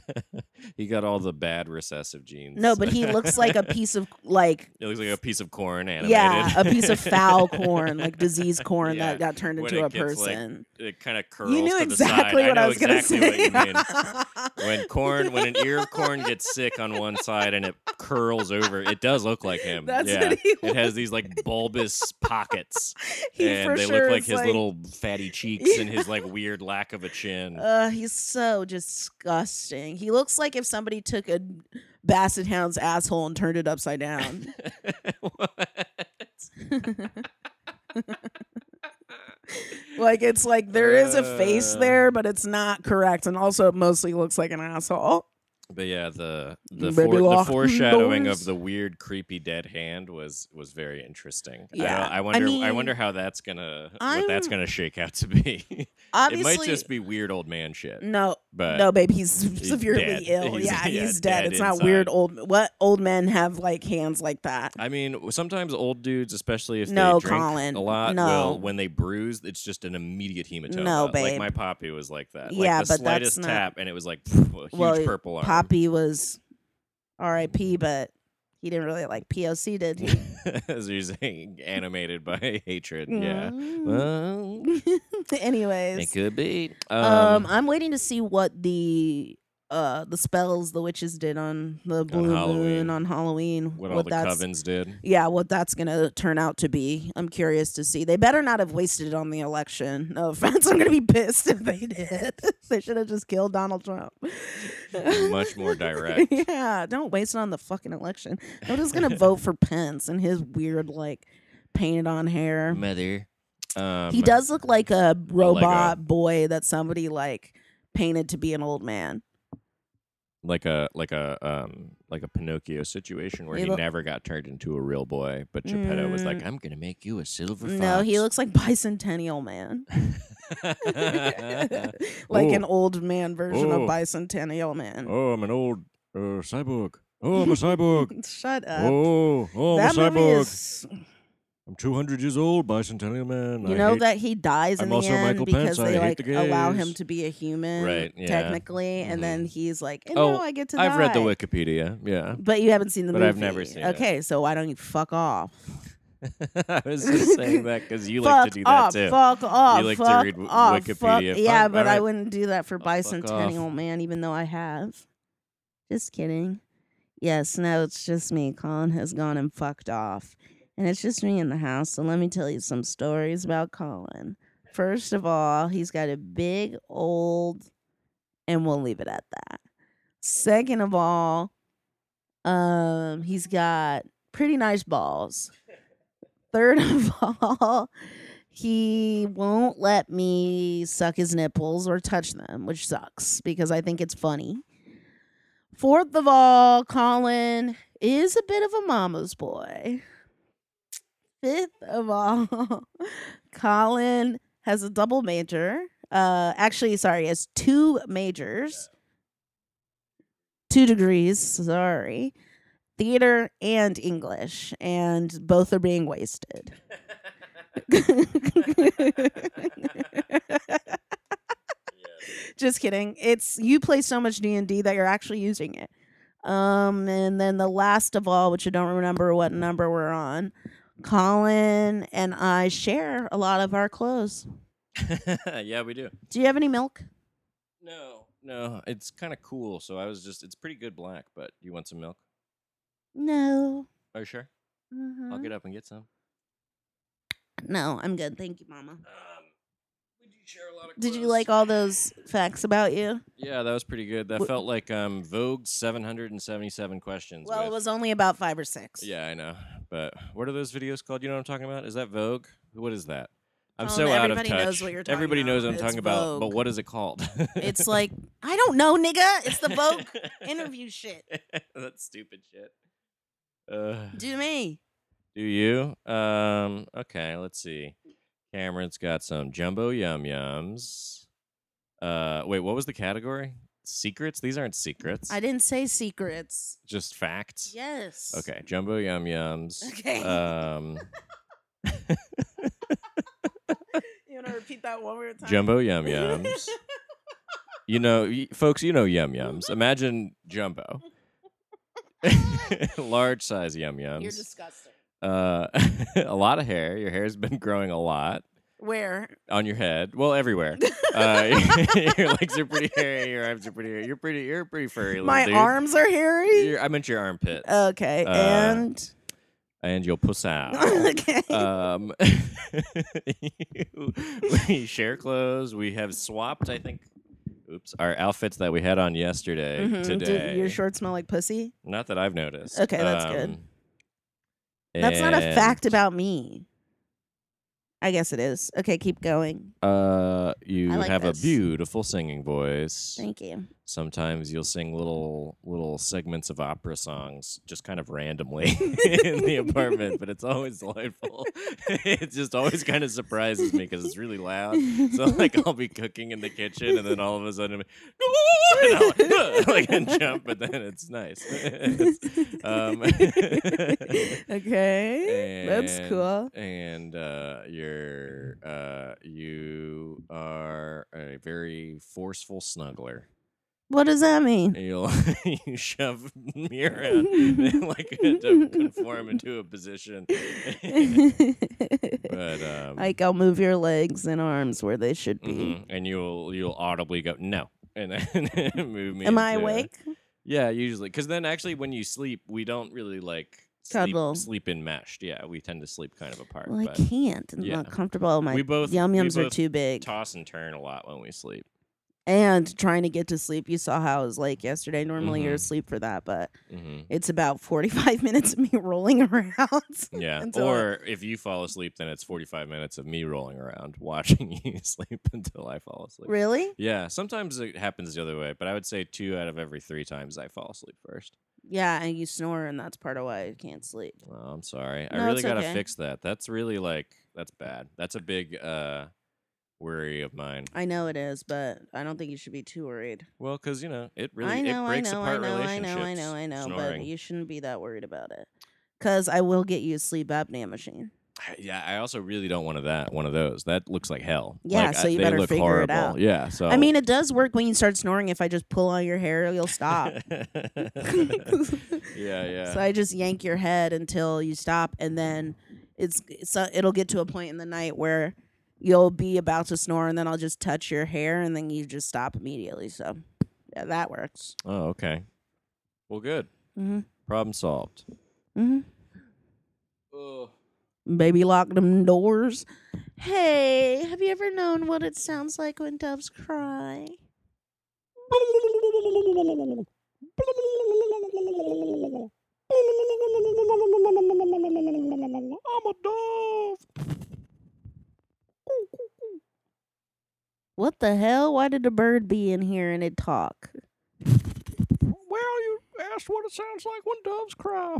[SPEAKER 2] he got all the bad recessive genes.
[SPEAKER 1] No, but he looks like a piece of like
[SPEAKER 2] It looks like a piece of corn animated.
[SPEAKER 1] yeah, a piece of foul corn, like diseased corn
[SPEAKER 2] Yeah,
[SPEAKER 1] that got turned
[SPEAKER 2] when
[SPEAKER 1] into
[SPEAKER 2] it
[SPEAKER 1] a
[SPEAKER 2] gets, like,
[SPEAKER 1] person.
[SPEAKER 2] it kind of curls.
[SPEAKER 1] you knew
[SPEAKER 2] to
[SPEAKER 1] exactly
[SPEAKER 2] the side.
[SPEAKER 1] what
[SPEAKER 2] I, know
[SPEAKER 1] was
[SPEAKER 2] exactly
[SPEAKER 1] gonna say.
[SPEAKER 2] What you mean. when corn when an ear of corn gets sick on one side and it curls over it does look like him
[SPEAKER 1] That's
[SPEAKER 2] yeah
[SPEAKER 1] what he
[SPEAKER 2] it has these like bulbous pockets
[SPEAKER 1] he for
[SPEAKER 2] and they
[SPEAKER 1] sure
[SPEAKER 2] look like
[SPEAKER 1] is
[SPEAKER 2] his little fatty cheeks and his like weird lack of a chin
[SPEAKER 1] Uh, he's so disgusting. He looks like if somebody took a basset hound's asshole and turned it upside down. Uh, like it's like there is a face
[SPEAKER 2] Uh.
[SPEAKER 1] there, but it's not correct, and also it mostly looks like an asshole.
[SPEAKER 2] but yeah the the,
[SPEAKER 1] Baby
[SPEAKER 2] fore- the
[SPEAKER 1] lock
[SPEAKER 2] foreshadowing
[SPEAKER 1] doors.
[SPEAKER 2] of the weird creepy dead hand was was very interesting I
[SPEAKER 1] Yeah,
[SPEAKER 2] don't- I,
[SPEAKER 1] I
[SPEAKER 2] wonder i
[SPEAKER 1] mean,
[SPEAKER 2] wonder how that's gonna what that's
[SPEAKER 1] I'm-
[SPEAKER 2] gonna shake out to be it
[SPEAKER 1] Obviously,
[SPEAKER 2] might just be weird old man shit
[SPEAKER 1] no,
[SPEAKER 2] but
[SPEAKER 1] no, babe, he's,
[SPEAKER 2] he's
[SPEAKER 1] severely
[SPEAKER 2] dead.
[SPEAKER 1] ill.
[SPEAKER 2] He's-
[SPEAKER 1] yeah,
[SPEAKER 2] yeah,
[SPEAKER 1] he's dead.
[SPEAKER 2] dead
[SPEAKER 1] It's not weird.
[SPEAKER 2] inside.
[SPEAKER 1] Old what old men have like hands like that.
[SPEAKER 2] I mean, w- sometimes old dudes, especially if
[SPEAKER 1] No,
[SPEAKER 2] they drink
[SPEAKER 1] Colin,
[SPEAKER 2] a lot,
[SPEAKER 1] no.
[SPEAKER 2] will when they bruise, it's just an immediate hematoma.
[SPEAKER 1] No,
[SPEAKER 2] Like
[SPEAKER 1] babe.
[SPEAKER 2] my poppy was like that.
[SPEAKER 1] Yeah,
[SPEAKER 2] like the
[SPEAKER 1] but that's
[SPEAKER 2] slightest
[SPEAKER 1] not-
[SPEAKER 2] tap, and it was like pff, a huge
[SPEAKER 1] Well,
[SPEAKER 2] purple arm.
[SPEAKER 1] Poppy was R.I.P., but he didn't really like POC, did he?
[SPEAKER 2] As you're saying, animated by hatred. Yeah.
[SPEAKER 1] Mm.
[SPEAKER 2] Well,
[SPEAKER 1] Anyways,
[SPEAKER 2] it could be.
[SPEAKER 1] Um,
[SPEAKER 2] Um,
[SPEAKER 1] I'm waiting to see what the uh the spells the witches did on the blue moon
[SPEAKER 2] Halloween.
[SPEAKER 1] on Halloween.
[SPEAKER 2] what all the covens did.
[SPEAKER 1] Yeah, what that's gonna turn out to be. I'm curious to see. They better not have wasted it on the election. No offense, I'm gonna be pissed if they did. they should have just killed Donald Trump.
[SPEAKER 2] Much more direct.
[SPEAKER 1] yeah, don't waste it on the fucking election. Nobody's gonna vote for Pence and his weird like painted on hair.
[SPEAKER 2] Mother. Um,
[SPEAKER 1] He does look like a robot
[SPEAKER 2] Lego.
[SPEAKER 1] boy that somebody like painted to be an old man.
[SPEAKER 2] like a like a um like a Pinocchio situation where
[SPEAKER 1] He
[SPEAKER 2] he,
[SPEAKER 1] loo-
[SPEAKER 2] never got turned into a real boy, but Geppetto was like, "I'm gonna make you a silver fox."
[SPEAKER 1] Mm. No, he looks like bicentennial man. like an
[SPEAKER 2] Ooh.
[SPEAKER 1] old man version
[SPEAKER 2] Ooh.
[SPEAKER 1] of bicentennial man.
[SPEAKER 2] Oh, I'm an old uh, cyborg. Oh, I'm a cyborg.
[SPEAKER 1] Shut up.
[SPEAKER 2] oh, oh, I'm
[SPEAKER 1] that
[SPEAKER 2] a
[SPEAKER 1] movie
[SPEAKER 2] cyborg.
[SPEAKER 1] is
[SPEAKER 2] I'm 200 years old, bicentennial man.
[SPEAKER 1] you
[SPEAKER 2] I
[SPEAKER 1] know
[SPEAKER 2] hate-
[SPEAKER 1] that he dies in
[SPEAKER 2] I'm
[SPEAKER 1] the
[SPEAKER 2] also
[SPEAKER 1] end
[SPEAKER 2] Michael
[SPEAKER 1] because
[SPEAKER 2] Pence. I
[SPEAKER 1] they
[SPEAKER 2] hate
[SPEAKER 1] like
[SPEAKER 2] the
[SPEAKER 1] allow
[SPEAKER 2] gays.
[SPEAKER 1] him to be a human
[SPEAKER 2] Right, yeah.
[SPEAKER 1] technically and
[SPEAKER 2] Mhm.
[SPEAKER 1] then he's like and
[SPEAKER 2] Oh,
[SPEAKER 1] now I get to
[SPEAKER 2] I've read the
[SPEAKER 1] die."
[SPEAKER 2] Wikipedia. Yeah,
[SPEAKER 1] But you haven't seen the
[SPEAKER 2] But
[SPEAKER 1] movie.
[SPEAKER 2] I've never seen it.
[SPEAKER 1] okay, so why don't you fuck off?
[SPEAKER 2] I was just saying that because you
[SPEAKER 1] fuck
[SPEAKER 2] like to do that
[SPEAKER 1] off,
[SPEAKER 2] too.
[SPEAKER 1] Fuck off.
[SPEAKER 2] like to
[SPEAKER 1] fuck
[SPEAKER 2] read w-
[SPEAKER 1] off, Fuck.
[SPEAKER 2] Wikipedia.
[SPEAKER 1] Yeah,
[SPEAKER 2] Fuck,
[SPEAKER 1] but I
[SPEAKER 2] alright. Oh,
[SPEAKER 1] wouldn't do that for
[SPEAKER 2] Fuck off.
[SPEAKER 1] bicentennial man, even though I have. Just kidding. Yes, no, it's just me. Colin has gone and fucked off. And it's just me in the house. So let me tell you some stories about Colin. First of all, he's got a big old and we'll leave it at that. Second of all, um, he's got pretty nice balls. Third of all, he won't let me suck his nipples or touch them, which sucks because I think it's funny. Fourth of all, Colin is a bit of a mama's boy. Fifth of all, Colin has a double major. Uh, actually, sorry, has two majors, two degrees. Sorry, theater and English, and both are being wasted. Just kidding. It's you play so much D and D that you're actually using it. Um, and then the last of all, which I don't remember what number we're on. Colin and I share a lot of our clothes.
[SPEAKER 2] Yeah. yeah, we do.
[SPEAKER 1] Do you have any milk?
[SPEAKER 2] No, no, it's kind of cool. So I was just, it's pretty good black, but you want some milk?
[SPEAKER 1] No.
[SPEAKER 2] Are you sure? I'll
[SPEAKER 1] Mhm.
[SPEAKER 2] get up and get some.
[SPEAKER 1] No, I'm good. Thank you, Mama.
[SPEAKER 2] Um, we do share a lot of
[SPEAKER 1] Did you like all those facts about you?
[SPEAKER 2] Yeah, that was pretty good. That
[SPEAKER 1] Wh-
[SPEAKER 2] felt like um Vogue's 777 questions.
[SPEAKER 1] Well, it
[SPEAKER 2] with-
[SPEAKER 1] was only about five or six.
[SPEAKER 2] Yeah, I know. But what are those videos called? You know what I'm talking about? Is that Vogue? What is that? I'm
[SPEAKER 1] Colin,
[SPEAKER 2] so out of touch.
[SPEAKER 1] Um, everybody knows what you're talking
[SPEAKER 2] everybody knows what I'm
[SPEAKER 1] about.
[SPEAKER 2] talking
[SPEAKER 1] It's
[SPEAKER 2] about, but
[SPEAKER 1] Vogue.
[SPEAKER 2] what is it called?
[SPEAKER 1] It's like I don't know, nigga. It's the Vogue interview shit.
[SPEAKER 2] That's stupid shit. Uh,
[SPEAKER 1] Do me.
[SPEAKER 2] do you? Um, okay, let's see. Cameron's got some jumbo yum yums. Uh, wait, what was the category? Secrets? These aren't secrets.
[SPEAKER 1] I didn't say secrets.
[SPEAKER 2] Just facts.
[SPEAKER 1] Yes.
[SPEAKER 2] Okay, jumbo yum yums.
[SPEAKER 1] Okay.
[SPEAKER 2] Um,
[SPEAKER 1] You want to repeat that one more time?
[SPEAKER 2] jumbo yum yums. you know, y- folks, you know yum yums. Imagine jumbo, large size yum yums.
[SPEAKER 1] You're disgusting.
[SPEAKER 2] uh, a lot of hair. Your hair's been growing a lot
[SPEAKER 1] Where? on
[SPEAKER 2] on your head. Well, everywhere. Uh, your legs are pretty hairy. Your arms are pretty hairy. You're pretty. You're a pretty furry. little
[SPEAKER 1] My
[SPEAKER 2] dude.
[SPEAKER 1] arms are hairy.
[SPEAKER 2] Your- I meant your armpit
[SPEAKER 1] Okay,
[SPEAKER 2] Uh,
[SPEAKER 1] and
[SPEAKER 2] and your puss out.
[SPEAKER 1] okay.
[SPEAKER 2] um we share clothes we have swapped i think oops our outfits that we had on yesterday
[SPEAKER 1] Mhm. Do
[SPEAKER 2] today
[SPEAKER 1] your shorts smell like pussy?
[SPEAKER 2] not that i've noticed
[SPEAKER 1] Okay, that's good.
[SPEAKER 2] Um,
[SPEAKER 1] That's not a
[SPEAKER 2] and,
[SPEAKER 1] fact about me. I guess it is. Okay, keep going.
[SPEAKER 2] uh you
[SPEAKER 1] I like
[SPEAKER 2] have
[SPEAKER 1] this.
[SPEAKER 2] a beautiful singing voice
[SPEAKER 1] Thank you.
[SPEAKER 2] sometimes you'll sing little little segments of opera songs just kind of randomly in the apartment but it's always delightful it just always kind of surprises me because it's really loud Uh, So like I'll be cooking in the kitchen and then all of a sudden I'm like, and I'll, like and jump, but then it's nice. um,
[SPEAKER 1] okay, that's
[SPEAKER 2] And-
[SPEAKER 1] cool.
[SPEAKER 2] And uh, you're uh, you are a very forceful snuggler.
[SPEAKER 1] What does that mean?
[SPEAKER 2] You'll you shove me around like to conform into a position. but um,
[SPEAKER 1] like I'll move your legs and arms where they should be.
[SPEAKER 2] mhm, and you'll you'll audibly go no, and then move me.
[SPEAKER 1] Am I
[SPEAKER 2] into-
[SPEAKER 1] awake?
[SPEAKER 2] Yeah, usually. Because then actually, when you sleep, we don't really like sleep,
[SPEAKER 1] Cuddle.
[SPEAKER 2] sleep enmeshed. Yeah, we tend to sleep kind of apart.
[SPEAKER 1] Well, I
[SPEAKER 2] but
[SPEAKER 1] can't. I'm
[SPEAKER 2] yeah.
[SPEAKER 1] not comfortable. My
[SPEAKER 2] We both-
[SPEAKER 1] yum
[SPEAKER 2] we
[SPEAKER 1] yums are
[SPEAKER 2] both
[SPEAKER 1] too big.
[SPEAKER 2] toss and turn a lot when we sleep.
[SPEAKER 1] and trying to get to sleep, you saw how I was like yesterday. Normally you're
[SPEAKER 2] Mhm.
[SPEAKER 1] asleep for that, but
[SPEAKER 2] hmm
[SPEAKER 1] it's about 45 minutes of me rolling around.
[SPEAKER 2] Yeah.
[SPEAKER 1] Until I-
[SPEAKER 2] or if you fall asleep, then it's 45 minutes of me rolling around watching you sleep until I fall asleep.
[SPEAKER 1] really?
[SPEAKER 2] Yeah. Sometimes it happens the other way, but I would say two out of every three times I fall asleep first.
[SPEAKER 1] Yeah, and you snore, and that's part of why you can't sleep.
[SPEAKER 2] Oh, I'm sorry.
[SPEAKER 1] No,
[SPEAKER 2] I really
[SPEAKER 1] it's
[SPEAKER 2] got to
[SPEAKER 1] okay.
[SPEAKER 2] fix that. That's really like, that's bad. That's a big uh, worry of mine.
[SPEAKER 1] I know it is, but I don't think you should be too worried.
[SPEAKER 2] Well, because you know it really
[SPEAKER 1] I know, I
[SPEAKER 2] it breaks
[SPEAKER 1] know, I
[SPEAKER 2] apart
[SPEAKER 1] know, I
[SPEAKER 2] relationships.
[SPEAKER 1] know, I know, I know,
[SPEAKER 2] snoring.
[SPEAKER 1] but you shouldn't be that worried about it. Because I will get you a sleep apnea machine.
[SPEAKER 2] yeah, I also really don't want of that one of those. That looks like hell.
[SPEAKER 1] Yeah,
[SPEAKER 2] Like, I-
[SPEAKER 1] so you
[SPEAKER 2] they
[SPEAKER 1] better
[SPEAKER 2] look
[SPEAKER 1] figure it
[SPEAKER 2] horrible.
[SPEAKER 1] out.
[SPEAKER 2] Yeah, so
[SPEAKER 1] I mean, it does work when you start snoring. If I just pull on your hair, you'll stop.
[SPEAKER 2] yeah, yeah.
[SPEAKER 1] So I just yank your head until you stop, and then it's so it'll get to a point in the night where you'll be about to snore, and then I'll just touch your hair, and then you just stop immediately. So yeah, that works.
[SPEAKER 2] oh, okay. Well, good.
[SPEAKER 1] hmm
[SPEAKER 2] Problem solved.
[SPEAKER 1] hmm
[SPEAKER 2] Oh,
[SPEAKER 1] Baby, lock them doors. Hey, have you ever known what it sounds like when doves cry?
[SPEAKER 2] I'm a dove.
[SPEAKER 1] What the hell? Why did a bird be in here and it talk?
[SPEAKER 2] Well, you asked what it sounds like when doves cry.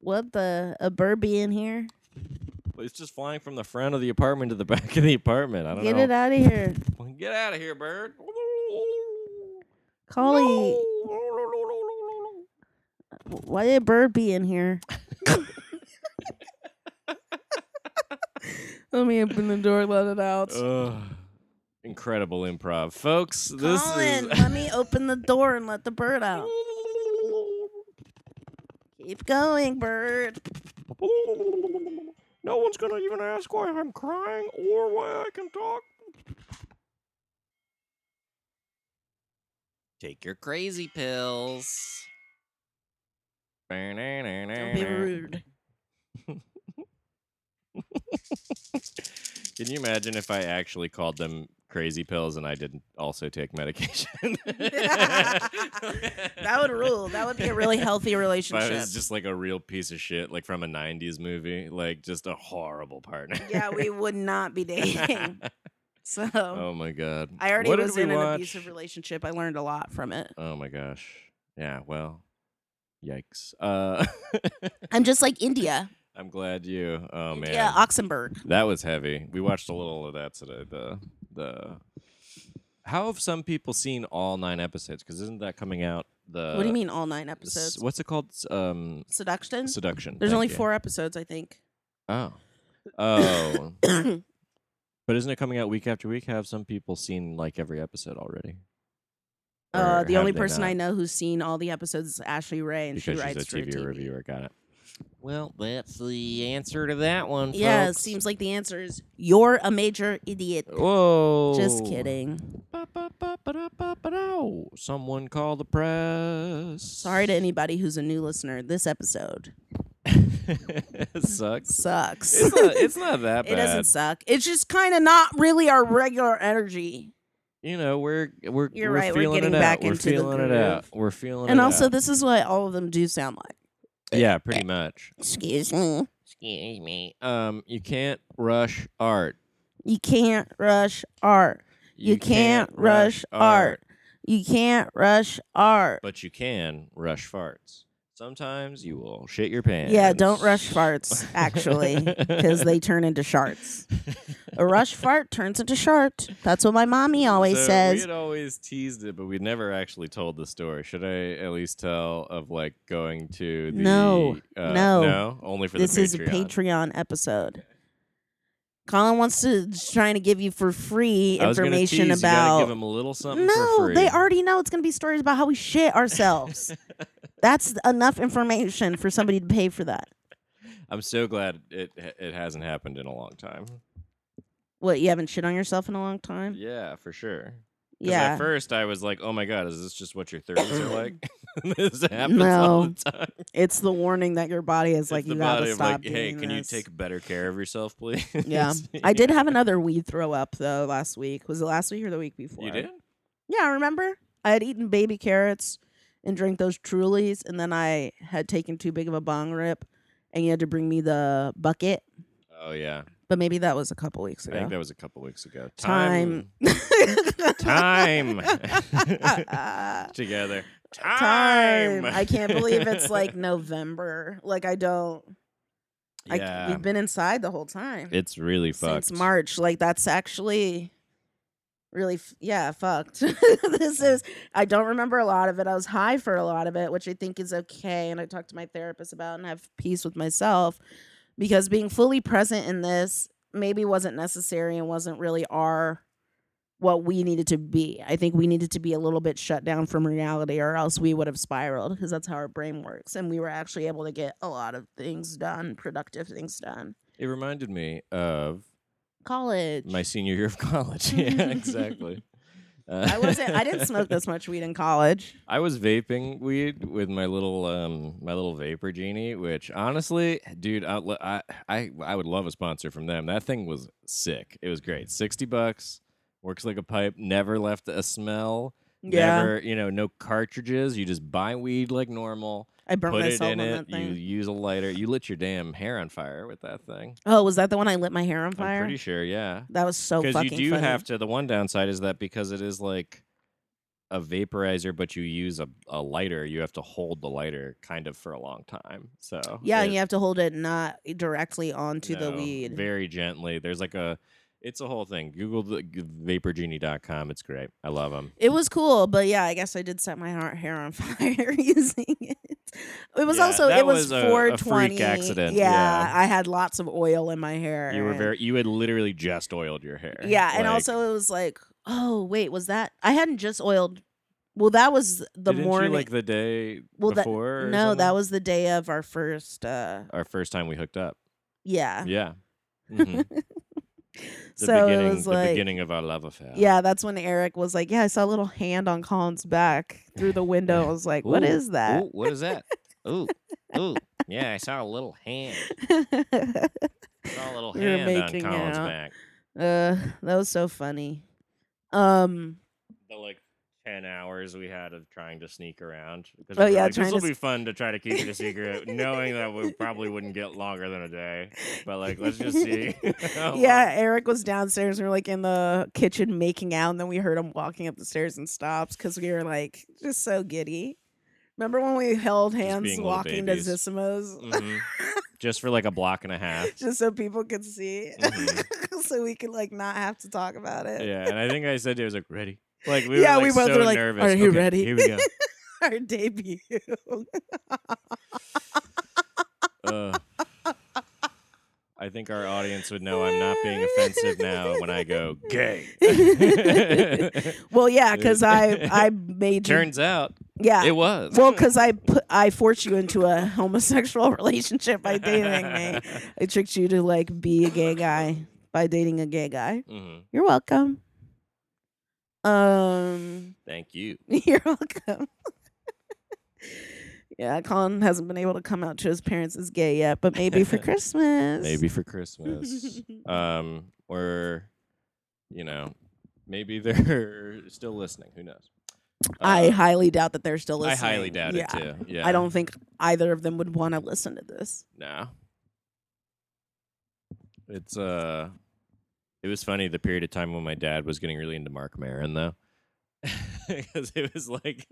[SPEAKER 1] What the a bird be in here?
[SPEAKER 2] It's just flying from the front of the apartment to the back of the apartment. I don't
[SPEAKER 1] Get
[SPEAKER 2] know.
[SPEAKER 1] it out of here,
[SPEAKER 2] Well, Get out of here, bird.
[SPEAKER 1] Collie.
[SPEAKER 2] No.
[SPEAKER 1] Why did a bird be in here? Let me open the door, let it out.
[SPEAKER 2] Ugh. Incredible improv, folks. This
[SPEAKER 1] Colin,
[SPEAKER 2] is
[SPEAKER 1] let me open the door and let the bird out. Keep going, bird.
[SPEAKER 2] No one's gonna even ask why I'm crying or why I can talk. Take your crazy pills.
[SPEAKER 1] Don't be rude.
[SPEAKER 2] Can you imagine if I actually called them crazy pills and I didn't also take medication?
[SPEAKER 1] That would rule. That would be a really healthy
[SPEAKER 2] If I
[SPEAKER 1] relationship.
[SPEAKER 2] was just like a real piece of shit, like from a '90s movie, like just a horrible partner.
[SPEAKER 1] yeah, we would not be dating. So
[SPEAKER 2] oh my god!
[SPEAKER 1] I already
[SPEAKER 2] What did
[SPEAKER 1] was
[SPEAKER 2] we
[SPEAKER 1] in an
[SPEAKER 2] watch?
[SPEAKER 1] abusive relationship. I learned a lot from it.
[SPEAKER 2] Oh my gosh! Yeah. Well, yikes. Uh,
[SPEAKER 1] I'm just like India.
[SPEAKER 2] I'm glad you. Oh man.
[SPEAKER 1] Yeah, Oxenberg.
[SPEAKER 2] That was heavy. We watched a little of that today. The the how have some people seen all nine episodes? Because isn't that coming out the
[SPEAKER 1] what do you mean all nine
[SPEAKER 2] s-
[SPEAKER 1] episodes?
[SPEAKER 2] What's it called? S- Um,
[SPEAKER 1] Seduction?
[SPEAKER 2] seduction.
[SPEAKER 1] There's
[SPEAKER 2] Thank
[SPEAKER 1] only
[SPEAKER 2] you.
[SPEAKER 1] four episodes, I think. Uh,
[SPEAKER 2] Oh, oh. but isn't it coming out week after week? Have some people seen like every episode already?
[SPEAKER 1] Uh,
[SPEAKER 2] Or
[SPEAKER 1] the
[SPEAKER 2] have
[SPEAKER 1] only
[SPEAKER 2] they
[SPEAKER 1] person
[SPEAKER 2] not?
[SPEAKER 1] I know who's seen all the episodes is Ashley Ray, and
[SPEAKER 2] because
[SPEAKER 1] she
[SPEAKER 2] she's
[SPEAKER 1] writes
[SPEAKER 2] a
[SPEAKER 1] for
[SPEAKER 2] TV,
[SPEAKER 1] TV.
[SPEAKER 2] reviewer. Got it.
[SPEAKER 3] Well, that's the answer to that one.
[SPEAKER 1] Yeah, it
[SPEAKER 3] folks.
[SPEAKER 1] seems like the answer is you're a major idiot.
[SPEAKER 2] Whoa!
[SPEAKER 1] Just kidding.
[SPEAKER 2] Ba-ba-ba-ba-da-ba-ba-do. Someone call the press.
[SPEAKER 1] Sorry to anybody who's a new listener. This episode
[SPEAKER 2] Sucks.
[SPEAKER 1] sucks.
[SPEAKER 2] It's not, it's not that bad.
[SPEAKER 1] it doesn't suck. It's just kind of not really our regular energy.
[SPEAKER 2] you know, we're we're
[SPEAKER 1] You're
[SPEAKER 2] we're
[SPEAKER 1] right, we're
[SPEAKER 2] feeling
[SPEAKER 1] getting
[SPEAKER 2] it
[SPEAKER 1] back
[SPEAKER 2] out. We're
[SPEAKER 1] into the
[SPEAKER 2] feeling it
[SPEAKER 1] groove.
[SPEAKER 2] out. We're feeling
[SPEAKER 1] And
[SPEAKER 2] it
[SPEAKER 1] also,
[SPEAKER 2] out.
[SPEAKER 1] this is what all of them do sound like.
[SPEAKER 2] yeah, pretty much.
[SPEAKER 1] Excuse me.
[SPEAKER 3] Excuse me.
[SPEAKER 2] Um, you can't rush art.
[SPEAKER 1] You can't rush art. You, can't, rush art. You can't rush art.
[SPEAKER 2] but you can rush farts. Sometimes you will shit your pants.
[SPEAKER 1] Yeah, don't rush farts, actually, because they turn into sharts. A rush fart turns into shart. That's what my mommy always
[SPEAKER 2] So We
[SPEAKER 1] says.
[SPEAKER 2] had always teased it, but we never actually told the story. Should I at least tell of like going to the
[SPEAKER 1] No,
[SPEAKER 2] uh,
[SPEAKER 1] no.
[SPEAKER 2] no, only for
[SPEAKER 1] This
[SPEAKER 2] the
[SPEAKER 1] is a Patreon episode. Colin wants to is trying to give you for free
[SPEAKER 2] I was gonna
[SPEAKER 1] information
[SPEAKER 2] tease, You gotta
[SPEAKER 1] about.
[SPEAKER 2] give them a little something.
[SPEAKER 1] No,
[SPEAKER 2] for free.
[SPEAKER 1] they already know it's going to be stories about how we shit ourselves. That's enough information for somebody to pay for that.
[SPEAKER 2] I'm so glad it it hasn't happened in a long time.
[SPEAKER 1] What you haven't shit on yourself in a long time?
[SPEAKER 2] Yeah, for sure. 'Cause At
[SPEAKER 1] Yeah.
[SPEAKER 2] first, I was like, "Oh my god, is this just what your thirties are like?" this happens all
[SPEAKER 1] No.
[SPEAKER 2] the time.
[SPEAKER 1] It's the warning that your body is like
[SPEAKER 2] the
[SPEAKER 1] you gotta
[SPEAKER 2] body of
[SPEAKER 1] stop
[SPEAKER 2] like, "Hey,
[SPEAKER 1] doing
[SPEAKER 2] can
[SPEAKER 1] this."
[SPEAKER 2] you take better care of yourself, please?"
[SPEAKER 1] Yeah. I did have another weed throw up though last week. Was it last week or the week before?
[SPEAKER 2] You did?
[SPEAKER 1] Yeah, I remember. I had eaten baby carrots and drank those Trulies, and then I had taken too big of a bong rip, and you had to bring me the bucket.
[SPEAKER 2] Oh yeah.
[SPEAKER 1] But maybe that was a couple weeks
[SPEAKER 2] I
[SPEAKER 1] ago.
[SPEAKER 2] think that was a couple weeks ago.
[SPEAKER 1] Time.
[SPEAKER 2] Time. Together. Time.
[SPEAKER 1] Time. I can't believe it's like November. Like I don't. I c-
[SPEAKER 2] yeah.
[SPEAKER 1] we've been inside the whole time.
[SPEAKER 2] it's really fucked.
[SPEAKER 1] since March. Like that's actually really f- yeah fucked. this is I don't remember a lot of it. I was high for a lot of it, which I think is okay. And I talked to my therapist about and have peace with myself because being fully present in this maybe wasn't necessary and wasn't really our what we needed to be. I think we needed to be a little bit shut down from reality or else we would have spiraled because that's how our brain works and we were actually able to get a lot of things done, productive things done.
[SPEAKER 2] It reminded me of
[SPEAKER 1] College.
[SPEAKER 2] my senior year of college. yeah, exactly. Uh,
[SPEAKER 1] I wasn't. I didn't smoke this much weed in college.
[SPEAKER 2] I was vaping weed with my little um my little vapor genie, which honestly, dude, I lo- I I, I would love a sponsor from them. That thing was sick. It was great. Sixty bucks. Works like a pipe. Never left a smell. Never, you know, no cartridges. You just buy weed like normal.
[SPEAKER 1] I burnt
[SPEAKER 2] put it
[SPEAKER 1] myself
[SPEAKER 2] in
[SPEAKER 1] on that
[SPEAKER 2] it. You
[SPEAKER 1] thing.
[SPEAKER 2] use a lighter. You lit your damn hair on fire with that thing.
[SPEAKER 1] Oh, was that the one I lit my hair on
[SPEAKER 2] I'm
[SPEAKER 1] fire?
[SPEAKER 2] pretty sure. Yeah.
[SPEAKER 1] that was so
[SPEAKER 2] Because you
[SPEAKER 1] Oh, fucking
[SPEAKER 2] do
[SPEAKER 1] funny.
[SPEAKER 2] have to. The one downside is that because it is like a vaporizer, but you use a, a lighter, you have to hold the lighter kind of for a long time. So
[SPEAKER 1] yeah,
[SPEAKER 2] it-
[SPEAKER 1] and you have to hold it not directly onto the
[SPEAKER 2] no,
[SPEAKER 1] weed.
[SPEAKER 2] very gently. There's like a, it's a whole thing. Google the g- vaporgenie.com. It's great. I love them.
[SPEAKER 1] it was cool, but yeah, I guess I did set my har- hair on fire using it. It was
[SPEAKER 2] Yeah,
[SPEAKER 1] also
[SPEAKER 2] that
[SPEAKER 1] it was,
[SPEAKER 2] was a- a freak
[SPEAKER 1] 420.
[SPEAKER 2] accident,
[SPEAKER 1] Yeah,
[SPEAKER 2] yeah.
[SPEAKER 1] I had lots of oil in my hair.
[SPEAKER 2] You were
[SPEAKER 1] and-
[SPEAKER 2] very. You had literally just oiled your hair.
[SPEAKER 1] Yeah, and
[SPEAKER 2] Like,
[SPEAKER 1] also it was like, oh wait, was that I hadn't just oiled? Well, that was the
[SPEAKER 2] didn't
[SPEAKER 1] morning.
[SPEAKER 2] You, like the day
[SPEAKER 1] Well, that-
[SPEAKER 2] before. or
[SPEAKER 1] no, that
[SPEAKER 2] something?
[SPEAKER 1] was the day of our first. uh
[SPEAKER 2] our first time we hooked up.
[SPEAKER 1] Yeah.
[SPEAKER 2] Yeah. Mhm. The
[SPEAKER 1] Ah. so
[SPEAKER 2] beginning,
[SPEAKER 1] it was
[SPEAKER 2] the
[SPEAKER 1] like,
[SPEAKER 2] beginning of our love affair.
[SPEAKER 1] yeah, that's when Eric was like, yeah, I saw a little hand on Colin's back through the window. I was like, what
[SPEAKER 3] Ooh,
[SPEAKER 1] is that?
[SPEAKER 3] Ooh, what is that? Ooh, ooh. Yeah, I saw a little hand. I saw a little
[SPEAKER 1] We were
[SPEAKER 3] hand on
[SPEAKER 1] making
[SPEAKER 3] Colin's
[SPEAKER 1] out.
[SPEAKER 3] back.
[SPEAKER 1] uh, that was so funny. Um,
[SPEAKER 2] The like ten hours we had of trying to sneak around. 'cause
[SPEAKER 1] Oh,
[SPEAKER 2] we were
[SPEAKER 1] yeah,
[SPEAKER 2] like,
[SPEAKER 1] trying
[SPEAKER 2] this will
[SPEAKER 1] to
[SPEAKER 2] be fun to try to keep it a secret, knowing that we probably wouldn't get longer than a day. But like, let's just see. Oh, how
[SPEAKER 1] yeah, Eric was downstairs. We were like in the kitchen making out, and then we heard him walking up the stairs and stops because we were like just so giddy. Remember when we held hands
[SPEAKER 2] being little
[SPEAKER 1] walking to
[SPEAKER 2] babies.
[SPEAKER 1] Zissimo's
[SPEAKER 2] long- Mhm. Just for like a block and a half.
[SPEAKER 1] just so people could see,
[SPEAKER 2] Mhm.
[SPEAKER 1] so we could like not have to talk about it?
[SPEAKER 2] Yeah, and I think I said it was like ready. Like we were
[SPEAKER 1] Yeah,
[SPEAKER 2] like,
[SPEAKER 1] we both
[SPEAKER 2] so
[SPEAKER 1] were like,
[SPEAKER 2] nervous.
[SPEAKER 1] "Are you
[SPEAKER 2] Okay,
[SPEAKER 1] ready?"
[SPEAKER 2] Here we go.
[SPEAKER 1] Our debut.
[SPEAKER 2] Ugh. I think our audience would know I'm not being offensive now when I go gay.
[SPEAKER 1] well, yeah, because I I made you-
[SPEAKER 2] Turns out
[SPEAKER 1] yeah
[SPEAKER 2] it was.
[SPEAKER 1] Well, because I put I forced you into a homosexual relationship by dating me. I tricked you to like be a gay guy by dating a gay guy.
[SPEAKER 2] Mhm.
[SPEAKER 1] You're welcome. Um,
[SPEAKER 2] Thank you.
[SPEAKER 1] you're welcome. yeah, Colin hasn't been able to come out to his parents as gay yet, but maybe for Christmas.
[SPEAKER 2] Maybe for Christmas. um, or you know, maybe they're still listening. Who knows?
[SPEAKER 1] I
[SPEAKER 2] Uh,
[SPEAKER 1] highly doubt that they're still
[SPEAKER 2] I
[SPEAKER 1] listening.
[SPEAKER 2] highly doubt
[SPEAKER 1] yeah.
[SPEAKER 2] it too. Yeah.
[SPEAKER 1] I don't think either of them would want to listen to this.
[SPEAKER 2] No. It's uh it was funny the period of time when my dad was getting really into Mark Maron though. Because it was like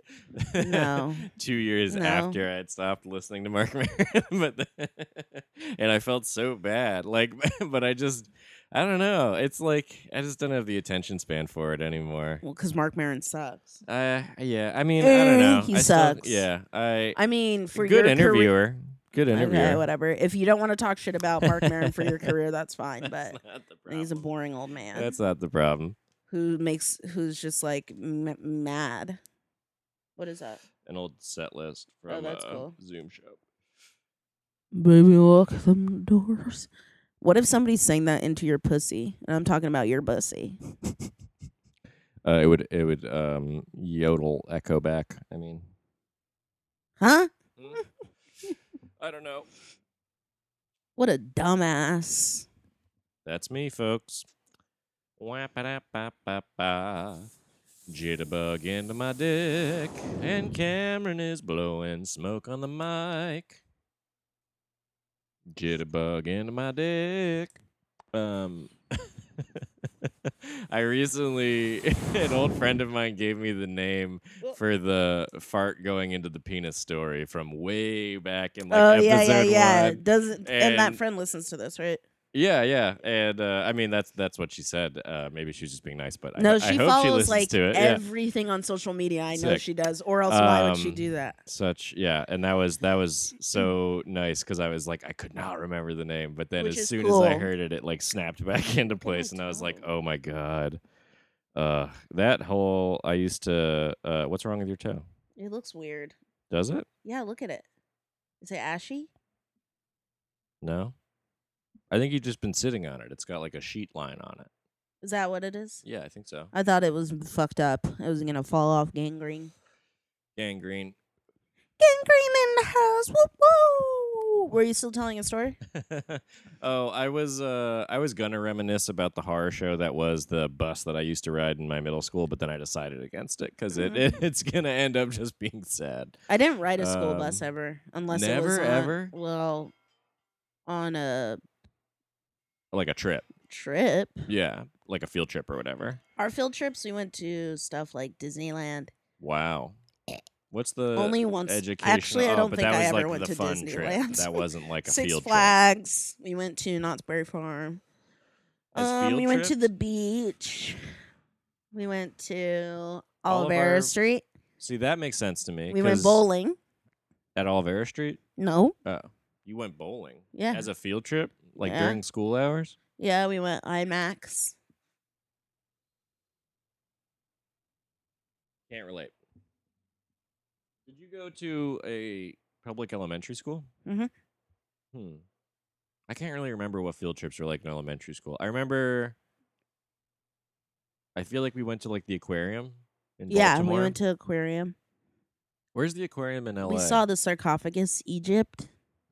[SPEAKER 1] No.
[SPEAKER 2] two years
[SPEAKER 1] No.
[SPEAKER 2] after I had stopped listening to Mark Maron, but the- and I felt so bad. Like, but I just, I don't know. It's like I just don't have the attention span for it anymore.
[SPEAKER 1] Well, because Mark Maron sucks.
[SPEAKER 2] Uh, yeah. I mean, I don't
[SPEAKER 1] Eh,
[SPEAKER 2] know.
[SPEAKER 1] he
[SPEAKER 2] I still-
[SPEAKER 1] sucks.
[SPEAKER 2] yeah. I,
[SPEAKER 1] I mean, for
[SPEAKER 2] good
[SPEAKER 1] your career-
[SPEAKER 2] interviewer. Good interviewer.
[SPEAKER 1] Okay, whatever. If you don't want to talk shit about Mark Maron for your career, that's fine. But
[SPEAKER 2] That's not the
[SPEAKER 1] he's a
[SPEAKER 2] problem.
[SPEAKER 1] boring old man
[SPEAKER 2] That's not the problem.
[SPEAKER 1] who makes who's just like m- mad. What is that?
[SPEAKER 2] An old set list from
[SPEAKER 1] Oh, that's
[SPEAKER 2] uh,
[SPEAKER 1] cool.
[SPEAKER 2] Zoom show.
[SPEAKER 1] Baby, lock them doors. What if somebody sang that into your pussy? And I'm talking about your pussy.
[SPEAKER 2] Uh, it would it would um, yodel echo back. I mean,
[SPEAKER 1] Huh?
[SPEAKER 2] Hmm? I don't know.
[SPEAKER 1] What a dumbass.
[SPEAKER 2] That's me, folks. Wah-ba-da-ba-ba-ba. Jitterbug into my dick, and Cameron is blowing smoke on the mic. Jitterbug into my dick. Um, I recently, an old friend of mine gave me the name for the fart going into the penis story from way back in like
[SPEAKER 1] oh
[SPEAKER 2] episode
[SPEAKER 1] yeah, yeah, yeah.
[SPEAKER 2] one.
[SPEAKER 1] Doesn't and that
[SPEAKER 2] And-
[SPEAKER 1] friend listens to this, right?
[SPEAKER 2] Yeah, yeah, and uh, I mean that's that's what she said. Uh, maybe she was just being nice, but
[SPEAKER 1] no,
[SPEAKER 2] I,
[SPEAKER 1] she
[SPEAKER 2] I hope
[SPEAKER 1] follows
[SPEAKER 2] she listens
[SPEAKER 1] like
[SPEAKER 2] to it. yeah,
[SPEAKER 1] everything on social media. I know
[SPEAKER 2] Sick.
[SPEAKER 1] she does, or else why would she
[SPEAKER 2] Um,
[SPEAKER 1] do that?
[SPEAKER 2] such yeah, and that was that was so nice because I was like I could not remember the name, but then
[SPEAKER 1] Mm. Which
[SPEAKER 2] as
[SPEAKER 1] is
[SPEAKER 2] soon as I
[SPEAKER 1] cool.
[SPEAKER 2] heard it, it like snapped back into place, and I was like,
[SPEAKER 1] tell.
[SPEAKER 2] oh my god, uh, that whole I used to. Uh, what's wrong with your toe?
[SPEAKER 1] It looks weird.
[SPEAKER 2] Does it?
[SPEAKER 1] Yeah, look at it. Is it ashy?
[SPEAKER 2] No. I think you've just been sitting on it. It's got like a sheet line on it.
[SPEAKER 1] Is that what it is?
[SPEAKER 2] Yeah, I think so.
[SPEAKER 1] I thought it was fucked up. It was gonna fall off gangrene.
[SPEAKER 2] Gangrene.
[SPEAKER 1] Gangrene in the house. Woo woo. Were you still telling a story?
[SPEAKER 2] oh, I was uh, I was gonna reminisce about the horror show that was the bus that I used to ride in my middle school, but then I decided against it because it, it
[SPEAKER 1] Mm-hmm.
[SPEAKER 2] it's gonna end up just being sad.
[SPEAKER 1] I didn't ride a school bus
[SPEAKER 2] Um,
[SPEAKER 1] ever, unless it was
[SPEAKER 2] never,
[SPEAKER 1] on,
[SPEAKER 2] ever?
[SPEAKER 1] Well, on a
[SPEAKER 2] Like a trip,
[SPEAKER 1] trip.
[SPEAKER 2] yeah, like a field trip or whatever.
[SPEAKER 1] Our field trips, we went to stuff like Disneyland.
[SPEAKER 2] Wow, what's the
[SPEAKER 1] Only once.
[SPEAKER 2] education?
[SPEAKER 1] Actually, I
[SPEAKER 2] oh,
[SPEAKER 1] don't
[SPEAKER 2] but
[SPEAKER 1] think
[SPEAKER 2] that
[SPEAKER 1] I
[SPEAKER 2] was
[SPEAKER 1] ever
[SPEAKER 2] like
[SPEAKER 1] went
[SPEAKER 2] the
[SPEAKER 1] to
[SPEAKER 2] fun
[SPEAKER 1] Disneyland.
[SPEAKER 2] trip. That wasn't like a
[SPEAKER 1] Six
[SPEAKER 2] field
[SPEAKER 1] Flags. We went to Knott's Berry Farm. Um,
[SPEAKER 2] As field
[SPEAKER 1] we went to
[SPEAKER 2] trips?
[SPEAKER 1] the beach. We went to
[SPEAKER 2] All of
[SPEAKER 1] Olivera
[SPEAKER 2] our-
[SPEAKER 1] Street.
[SPEAKER 2] trip. See, that makes sense to me.
[SPEAKER 1] We went
[SPEAKER 2] 'cause
[SPEAKER 1] bowling.
[SPEAKER 2] At Olivera Street?
[SPEAKER 1] No.
[SPEAKER 2] Oh. You went bowling
[SPEAKER 1] Yeah.
[SPEAKER 2] as a field trip, like
[SPEAKER 1] Yeah.
[SPEAKER 2] during school hours?
[SPEAKER 1] Yeah, we went IMAX.
[SPEAKER 2] Can't relate. Did you go to a public elementary school?
[SPEAKER 1] Mhm.
[SPEAKER 2] Hmm. I can't really remember what field trips were like in elementary school. I remember. I feel like we went to like the aquarium in
[SPEAKER 1] Yeah,
[SPEAKER 2] Baltimore.
[SPEAKER 1] we went to aquarium.
[SPEAKER 2] Where's the aquarium in LA?
[SPEAKER 1] We saw the sarcophagus Egypt.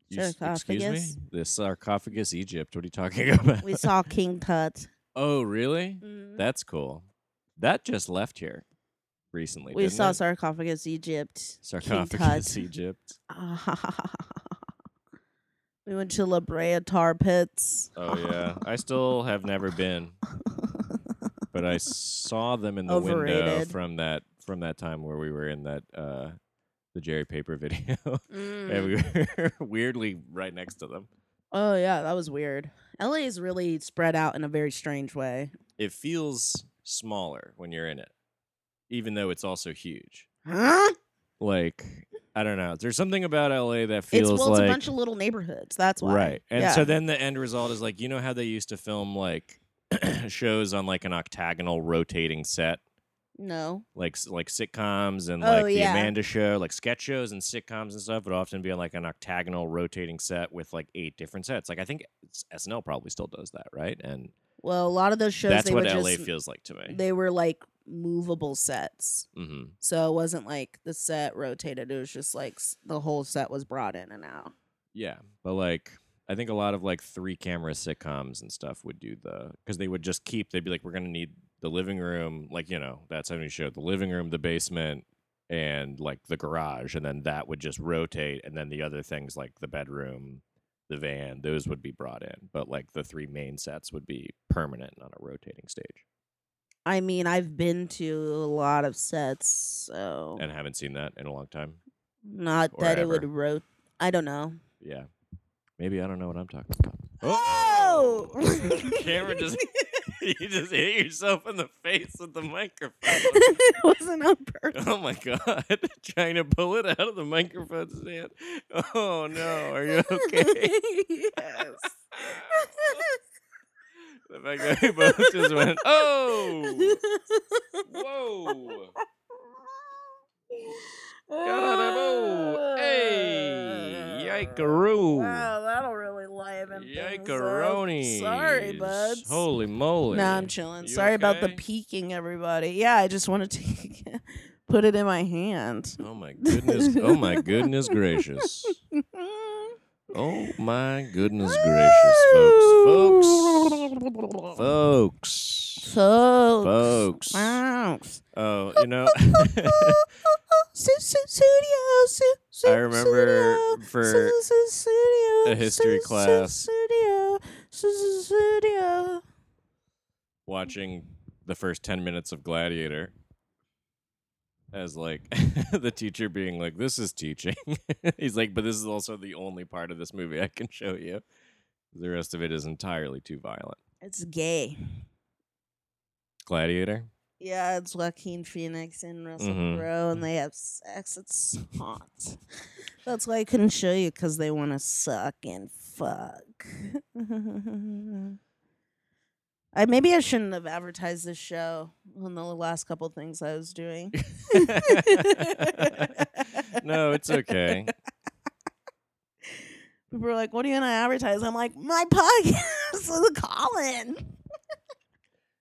[SPEAKER 2] You s-
[SPEAKER 1] sarcophagus.
[SPEAKER 2] Excuse me? The sarcophagus Egypt. What are you talking about?
[SPEAKER 1] We saw Mm-hmm. King Tut.
[SPEAKER 2] Oh, really? That's cool. That just left here recently.
[SPEAKER 1] We
[SPEAKER 2] didn't
[SPEAKER 1] saw
[SPEAKER 2] it?
[SPEAKER 1] sarcophagus Egypt. King
[SPEAKER 2] sarcophagus
[SPEAKER 1] Tut.
[SPEAKER 2] Egypt.
[SPEAKER 1] we went to La Brea Tar Pits.
[SPEAKER 2] Oh yeah, I still have never been, but I saw them in the window
[SPEAKER 1] Overrated.
[SPEAKER 2] from that from that time where we were in that uh the Jerry Paper video, and
[SPEAKER 1] Mm.
[SPEAKER 2] we were weirdly right next to them.
[SPEAKER 1] Oh yeah, that was weird. LA is really spread out in a very strange way.
[SPEAKER 2] It feels smaller when you're in it, even though it's also huge.
[SPEAKER 1] Huh?
[SPEAKER 2] Like I don't know, there's something about LA that
[SPEAKER 1] It's
[SPEAKER 2] feels
[SPEAKER 1] well, it's
[SPEAKER 2] like
[SPEAKER 1] a bunch of little neighborhoods. That's why.
[SPEAKER 2] Right. And
[SPEAKER 1] yeah.
[SPEAKER 2] so then the end result is like, you know how they used to film like shows on like an octagonal rotating set,
[SPEAKER 1] no.
[SPEAKER 2] like s- like sitcoms and
[SPEAKER 1] Oh,
[SPEAKER 2] like the
[SPEAKER 1] yeah.
[SPEAKER 2] Amanda show, like sketch shows and sitcoms and stuff would often be on like an octagonal rotating set with like eight different sets. Like I think s- SNL probably still does that, right? And
[SPEAKER 1] Well, a lot of those shows
[SPEAKER 2] that's
[SPEAKER 1] they
[SPEAKER 2] what
[SPEAKER 1] would
[SPEAKER 2] LA
[SPEAKER 1] just
[SPEAKER 2] feels like to me.
[SPEAKER 1] they were like movable sets.
[SPEAKER 2] hmm
[SPEAKER 1] So it wasn't like the set rotated. It was just like s- the whole set was brought in and out.
[SPEAKER 2] Yeah, but like I think a lot of like three camera sitcoms and stuff would do the because they would just keep they'd be like we're gonna need the living room like you know that's how we show the living room the basement and like the garage and then that would just rotate and then the other things like the bedroom the van those would be brought in but like the three main sets would be permanent on a rotating stage
[SPEAKER 1] I mean, I've been to a lot of sets, so
[SPEAKER 2] and I haven't seen that in a long time
[SPEAKER 1] not
[SPEAKER 2] or
[SPEAKER 1] that it
[SPEAKER 2] ever.
[SPEAKER 1] would rotate. I don't know.
[SPEAKER 2] yeah maybe I don't know what I'm talking about
[SPEAKER 1] Oh!
[SPEAKER 2] camera Oh! just you just hit yourself in the face with the microphone.
[SPEAKER 1] it wasn't on purpose.
[SPEAKER 2] Oh my god! Trying to pull it out of the microphone stand. Oh no! Are you okay?
[SPEAKER 1] yes.
[SPEAKER 2] the fact that we both just went. Oh! Whoa! God, I'm oh! Hey!
[SPEAKER 1] Uh,
[SPEAKER 2] Yikeroo!
[SPEAKER 1] Wow, that'll really liven things up.
[SPEAKER 2] Yikeroni!
[SPEAKER 1] Sorry, buds.
[SPEAKER 2] Holy moly!
[SPEAKER 1] No, I'm chilling.
[SPEAKER 2] You
[SPEAKER 1] Sorry about the
[SPEAKER 2] okay?
[SPEAKER 1] peeking, everybody. Yeah, I just wanted to put it in my hand.
[SPEAKER 2] Oh my goodness! Oh my goodness gracious! Oh my goodness gracious, folks, folks, folks,
[SPEAKER 1] Folks.
[SPEAKER 2] folks.
[SPEAKER 1] Folks.
[SPEAKER 2] Oh, you know,
[SPEAKER 1] Su- su- Studio. su- su-
[SPEAKER 2] I remember
[SPEAKER 1] studio,
[SPEAKER 2] for
[SPEAKER 1] su- su- studio,
[SPEAKER 2] a history
[SPEAKER 1] su- su-
[SPEAKER 2] class-
[SPEAKER 1] Studio. su- su- Studio.
[SPEAKER 2] watching the first ten minutes of Gladiator as like the teacher being like, "This is teaching." He's like, "But this is also the only part of this movie I can show you. The rest of it is entirely too violent."
[SPEAKER 1] It's gay.
[SPEAKER 2] Gladiator.
[SPEAKER 1] Yeah, it's Joaquin Phoenix and Russell
[SPEAKER 2] Mhm.
[SPEAKER 1] Crowe, and they have sex. It's hot. That's why I couldn't show you because they want to suck and fuck. I maybe I shouldn't have advertised this show on the last couple things I was doing.
[SPEAKER 2] no, it's okay.
[SPEAKER 1] People were like, "What are you gonna advertise?" I'm like, "My podcast with Colin."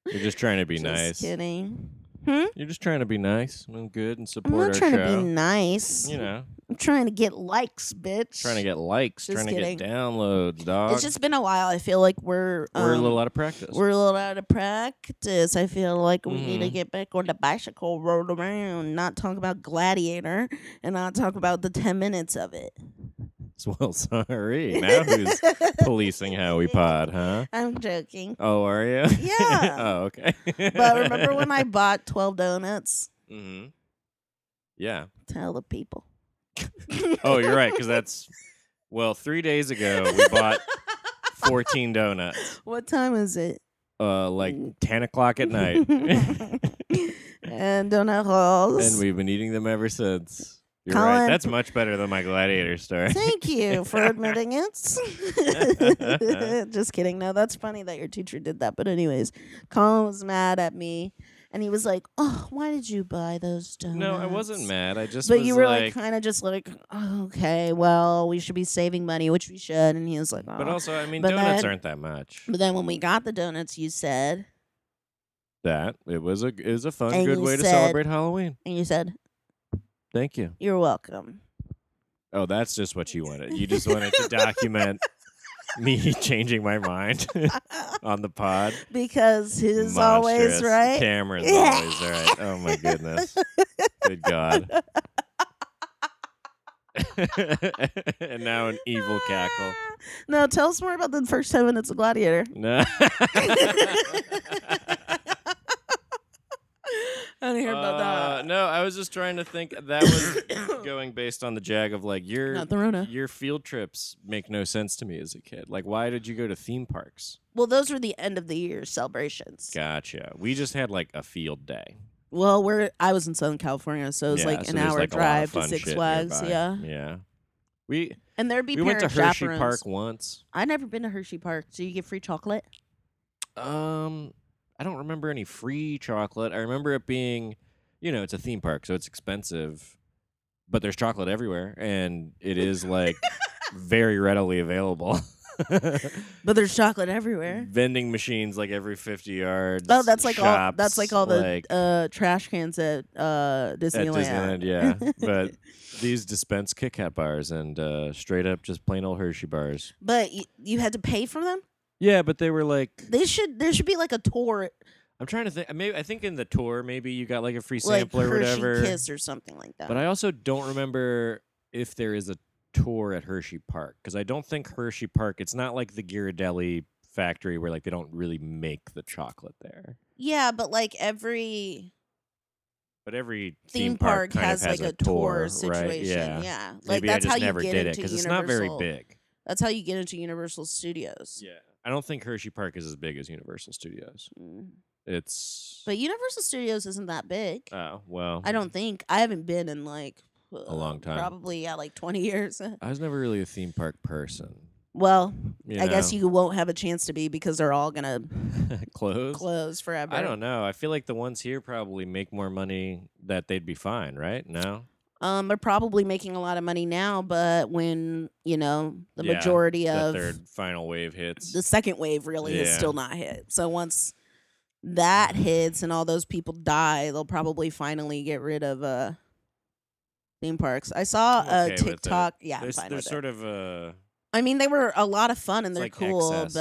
[SPEAKER 2] You're just trying to be
[SPEAKER 1] Just
[SPEAKER 2] nice.
[SPEAKER 1] Kidding. Hmm?
[SPEAKER 2] You're just trying to be nice and good and
[SPEAKER 1] I'm
[SPEAKER 2] support
[SPEAKER 1] not
[SPEAKER 2] our
[SPEAKER 1] trying
[SPEAKER 2] show.
[SPEAKER 1] to be nice.
[SPEAKER 2] You know,
[SPEAKER 1] I'm trying to get likes, bitch.
[SPEAKER 2] trying to get likes,
[SPEAKER 1] Just
[SPEAKER 2] trying
[SPEAKER 1] kidding.
[SPEAKER 2] to get downloads, dog.
[SPEAKER 1] It's just been a while. I feel like we're
[SPEAKER 2] we're a
[SPEAKER 1] um,
[SPEAKER 2] little out of practice.
[SPEAKER 1] we're a little out of practice. I feel like we need to
[SPEAKER 2] Mhm.
[SPEAKER 1] get back on the bicycle, roll around, not talk about Gladiator, and not talk about the ten minutes of it.
[SPEAKER 2] well, sorry. Now who's policing how we pod, huh?
[SPEAKER 1] I'm joking.
[SPEAKER 2] Oh, are you?
[SPEAKER 1] Yeah.
[SPEAKER 2] oh, okay.
[SPEAKER 1] But remember when I bought twelve donuts?
[SPEAKER 2] hmm Yeah.
[SPEAKER 1] Tell the people.
[SPEAKER 2] Oh, you're right. Because that's well, three days ago we bought 14 donuts,
[SPEAKER 1] What time is it?
[SPEAKER 2] uh, like 10 o'clock at night, and
[SPEAKER 1] and donut holes.
[SPEAKER 2] we've been eating them ever since. You're right.
[SPEAKER 1] Colin-
[SPEAKER 2] That's much better than my gladiator story.
[SPEAKER 1] Thank you for admitting it. Just kidding. No, that's funny that your teacher did that. But anyways, Colin was mad at me, and he was like, "Oh, why did you buy those donuts?"
[SPEAKER 2] No, I wasn't mad. I just
[SPEAKER 1] But
[SPEAKER 2] was
[SPEAKER 1] you were like,
[SPEAKER 2] like,
[SPEAKER 1] kind of just like, "Oh, okay, well, we should be saving money, which we should. And he was like,
[SPEAKER 2] but
[SPEAKER 1] "Aw."
[SPEAKER 2] also, I mean,
[SPEAKER 1] But
[SPEAKER 2] donuts
[SPEAKER 1] then-
[SPEAKER 2] aren't that much.
[SPEAKER 1] But then when we got the donuts, you said,
[SPEAKER 2] That it was a it was a fun,
[SPEAKER 1] And
[SPEAKER 2] good
[SPEAKER 1] you
[SPEAKER 2] way to
[SPEAKER 1] said-
[SPEAKER 2] celebrate Halloween.
[SPEAKER 1] and you said,
[SPEAKER 2] Thank you.
[SPEAKER 1] "You're welcome."
[SPEAKER 2] Oh, that's just what you wanted. You just wanted to document me changing my mind on the pod.
[SPEAKER 1] because his always
[SPEAKER 2] Monstrous.
[SPEAKER 1] right.
[SPEAKER 2] Cameron's always right. Oh my goodness. Good God. and now an evil cackle.
[SPEAKER 1] No, tell us more about the first ten minutes of Gladiator.
[SPEAKER 2] No.
[SPEAKER 1] I didn't hear
[SPEAKER 2] Uh, no, I was just trying to think. That was going based on the jag of like your
[SPEAKER 1] Not the Rona.
[SPEAKER 2] your field trips make no sense to me as a kid. Like, why did you go to theme parks?
[SPEAKER 1] Well, those were the end of the year celebrations.
[SPEAKER 2] Gotcha. We just had like a field day.
[SPEAKER 1] Well, we're I was in Southern California, so it was
[SPEAKER 2] Yeah,
[SPEAKER 1] like
[SPEAKER 2] so
[SPEAKER 1] an
[SPEAKER 2] there's,
[SPEAKER 1] hour
[SPEAKER 2] like, a lot
[SPEAKER 1] drive
[SPEAKER 2] of
[SPEAKER 1] to
[SPEAKER 2] fun
[SPEAKER 1] Six
[SPEAKER 2] shit
[SPEAKER 1] Flags.
[SPEAKER 2] nearby.
[SPEAKER 1] Yeah,
[SPEAKER 2] Yeah. We
[SPEAKER 1] and there'd be
[SPEAKER 2] we went to
[SPEAKER 1] parent
[SPEAKER 2] Hershey
[SPEAKER 1] chaperones.
[SPEAKER 2] Park once.
[SPEAKER 1] I never been to Hershey Park. Do you get free chocolate?
[SPEAKER 2] Um, I don't remember any free chocolate. I remember it being, you know, it's a theme park, so it's expensive, but there's chocolate everywhere, and it is like very readily available.
[SPEAKER 1] But there's chocolate everywhere.
[SPEAKER 2] Vending machines like every fifty yards.
[SPEAKER 1] Oh, that's like all.
[SPEAKER 2] shops,
[SPEAKER 1] That's like all the
[SPEAKER 2] like,
[SPEAKER 1] uh, trash cans at uh,
[SPEAKER 2] at
[SPEAKER 1] Disneyland.
[SPEAKER 2] Disneyland. Yeah, but these dispense Kit Kat bars and uh, straight up just plain old Hershey bars.
[SPEAKER 1] But you, you had to pay for them.
[SPEAKER 2] Yeah, but they were like
[SPEAKER 1] They should. There should be like a tour,
[SPEAKER 2] I'm trying to think. Maybe I think in the tour, maybe you got like a free
[SPEAKER 1] like
[SPEAKER 2] sample or
[SPEAKER 1] Hershey
[SPEAKER 2] whatever.
[SPEAKER 1] Kiss or something like that.
[SPEAKER 2] But I also don't remember if there is a tour at Hershey Park because I don't think Hershey Park. It's not like the Ghirardelli factory where like they don't really make the chocolate there.
[SPEAKER 1] yeah, but like every
[SPEAKER 2] But every
[SPEAKER 1] theme, park,
[SPEAKER 2] park, kind
[SPEAKER 1] has,
[SPEAKER 2] of has
[SPEAKER 1] like
[SPEAKER 2] a,
[SPEAKER 1] a tour,
[SPEAKER 2] right?
[SPEAKER 1] situation.
[SPEAKER 2] Yeah.
[SPEAKER 1] Yeah. like
[SPEAKER 2] maybe
[SPEAKER 1] that's
[SPEAKER 2] I just
[SPEAKER 1] how
[SPEAKER 2] never
[SPEAKER 1] you get
[SPEAKER 2] did it
[SPEAKER 1] into
[SPEAKER 2] because it's
[SPEAKER 1] Universal.
[SPEAKER 2] not very big.
[SPEAKER 1] That's how you get into Universal Studios.
[SPEAKER 2] Yeah, I don't think Hershey Park is as big as Universal Studios.
[SPEAKER 1] Mm.
[SPEAKER 2] It's
[SPEAKER 1] But Universal Studios isn't that big.
[SPEAKER 2] oh well.
[SPEAKER 1] I don't uh, think I haven't been in like a
[SPEAKER 2] long time.
[SPEAKER 1] Probably yeah, like twenty years.
[SPEAKER 2] I was never really a theme park person.
[SPEAKER 1] well,
[SPEAKER 2] You
[SPEAKER 1] I guess
[SPEAKER 2] know?
[SPEAKER 1] you won't have a chance to be because they're all gonna
[SPEAKER 2] close.
[SPEAKER 1] close forever.
[SPEAKER 2] I don't know. I feel like the ones here probably make more money that they'd be fine, right? No.
[SPEAKER 1] Um, they're probably making a lot of money now, but when you know the
[SPEAKER 2] Yeah,
[SPEAKER 1] majority of
[SPEAKER 2] the third final wave hits.
[SPEAKER 1] the second wave really is
[SPEAKER 2] Yeah.
[SPEAKER 1] still not hit. So once that hits and all those people die, they'll probably finally get rid of uh theme parks. I saw
[SPEAKER 2] I'm
[SPEAKER 1] a
[SPEAKER 2] okay with it.
[SPEAKER 1] TikTok. Yeah, I'm
[SPEAKER 2] there's
[SPEAKER 1] fine
[SPEAKER 2] there's
[SPEAKER 1] with
[SPEAKER 2] sort
[SPEAKER 1] it.
[SPEAKER 2] of a.
[SPEAKER 1] I mean, they were a lot of fun and
[SPEAKER 2] It's
[SPEAKER 1] they're
[SPEAKER 2] like
[SPEAKER 1] cool,
[SPEAKER 2] excess.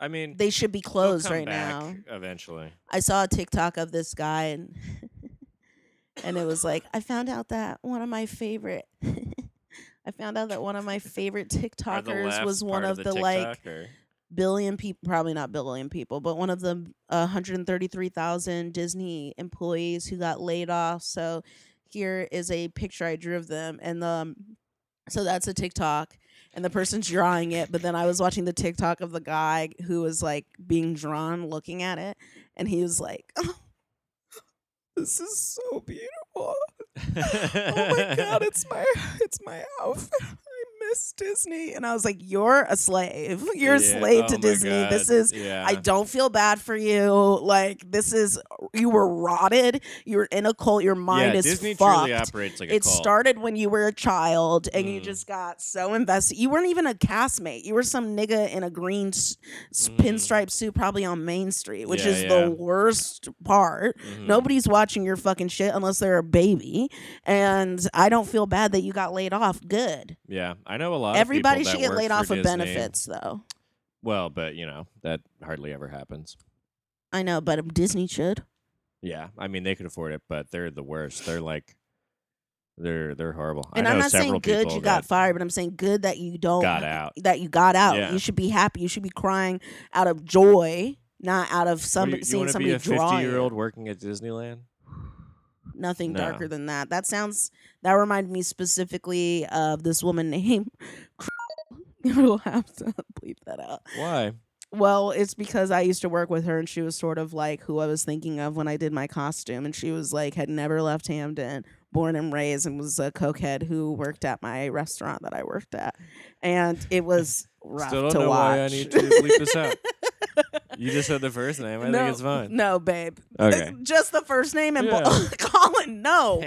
[SPEAKER 1] but
[SPEAKER 2] I mean,
[SPEAKER 1] they should be
[SPEAKER 2] they'll
[SPEAKER 1] closed
[SPEAKER 2] come
[SPEAKER 1] right
[SPEAKER 2] back
[SPEAKER 1] now.
[SPEAKER 2] Eventually,
[SPEAKER 1] I saw a TikTok of this guy and and it was like I found out that one of my favorite I found out that one of my favorite
[SPEAKER 2] Are the
[SPEAKER 1] TikTokers
[SPEAKER 2] laughs
[SPEAKER 1] was one
[SPEAKER 2] part
[SPEAKER 1] of the like
[SPEAKER 2] TikTok, or-
[SPEAKER 1] billion people probably not billion people but one of the uh, 133,000 Disney employees who got laid off so here is a picture I drew of them and um so that's a TikTok and the person's drawing it but then I was watching the TikTok of the guy who was like being drawn looking at it and he was like oh, this is so beautiful oh my god it's my it's my outfit i miss disney and i was like you're a slave you're a
[SPEAKER 2] Yeah,
[SPEAKER 1] slave
[SPEAKER 2] oh
[SPEAKER 1] to
[SPEAKER 2] my
[SPEAKER 1] disney this
[SPEAKER 2] God,
[SPEAKER 1] is
[SPEAKER 2] Yeah.
[SPEAKER 1] I don't feel bad for you. Like this is you were rotted. You're in a cult. Your mind
[SPEAKER 2] yeah,
[SPEAKER 1] is
[SPEAKER 2] Disney
[SPEAKER 1] fucked.
[SPEAKER 2] truly operates like a
[SPEAKER 1] it
[SPEAKER 2] cult.
[SPEAKER 1] started when you were a child and you
[SPEAKER 2] Mm.
[SPEAKER 1] just got so invested. You weren't even a castmate. You were some nigga in a green s- s-
[SPEAKER 2] Mm.
[SPEAKER 1] pinstripe suit, probably on Main Street, which
[SPEAKER 2] Yeah,
[SPEAKER 1] is
[SPEAKER 2] yeah.
[SPEAKER 1] the worst part.
[SPEAKER 2] Mhm.
[SPEAKER 1] Nobody's watching your fucking shit unless they're a baby. And I don't feel bad that you got laid off. Good.
[SPEAKER 2] Yeah, I know a lot.
[SPEAKER 1] Everybody
[SPEAKER 2] of people
[SPEAKER 1] should
[SPEAKER 2] that
[SPEAKER 1] get
[SPEAKER 2] work
[SPEAKER 1] laid
[SPEAKER 2] for
[SPEAKER 1] off of
[SPEAKER 2] Disney.
[SPEAKER 1] benefits, though.
[SPEAKER 2] Well, but you know that hardly ever happens.
[SPEAKER 1] I know, but Disney should.
[SPEAKER 2] Yeah, I mean they could afford it, but they're the worst. They're like, they're they're horrible.
[SPEAKER 1] And
[SPEAKER 2] I know
[SPEAKER 1] I'm not saying
[SPEAKER 2] several
[SPEAKER 1] good
[SPEAKER 2] people
[SPEAKER 1] you got
[SPEAKER 2] that
[SPEAKER 1] fired, but I'm saying good that you don't
[SPEAKER 2] Got out.
[SPEAKER 1] That you got out.
[SPEAKER 2] Yeah.
[SPEAKER 1] You should be happy. You should be crying out of joy, not out of
[SPEAKER 2] What do
[SPEAKER 1] somebody
[SPEAKER 2] you,
[SPEAKER 1] seeing
[SPEAKER 2] want to
[SPEAKER 1] somebody
[SPEAKER 2] be a
[SPEAKER 1] draw you.
[SPEAKER 2] year old working at Disneyland?
[SPEAKER 1] Nothing
[SPEAKER 2] No.
[SPEAKER 1] darker than that. That sounds. That reminded me specifically of this woman named. You'll have to bleep that out.
[SPEAKER 2] Why?
[SPEAKER 1] Well, it's because I used to work with her and she was sort of like who I was thinking of when I did my costume and she was like had never left Hamden, born and raised and was a cokehead who worked at my restaurant that I worked at, and it was rough
[SPEAKER 2] Still don't
[SPEAKER 1] to
[SPEAKER 2] know
[SPEAKER 1] watch.
[SPEAKER 2] why I need to bleep this out. You just said the first name. I
[SPEAKER 1] No.
[SPEAKER 2] think it's fine.
[SPEAKER 1] no, babe.
[SPEAKER 2] Okay.
[SPEAKER 1] Just the first name and Bo-
[SPEAKER 2] Yeah.
[SPEAKER 1] Colin. No.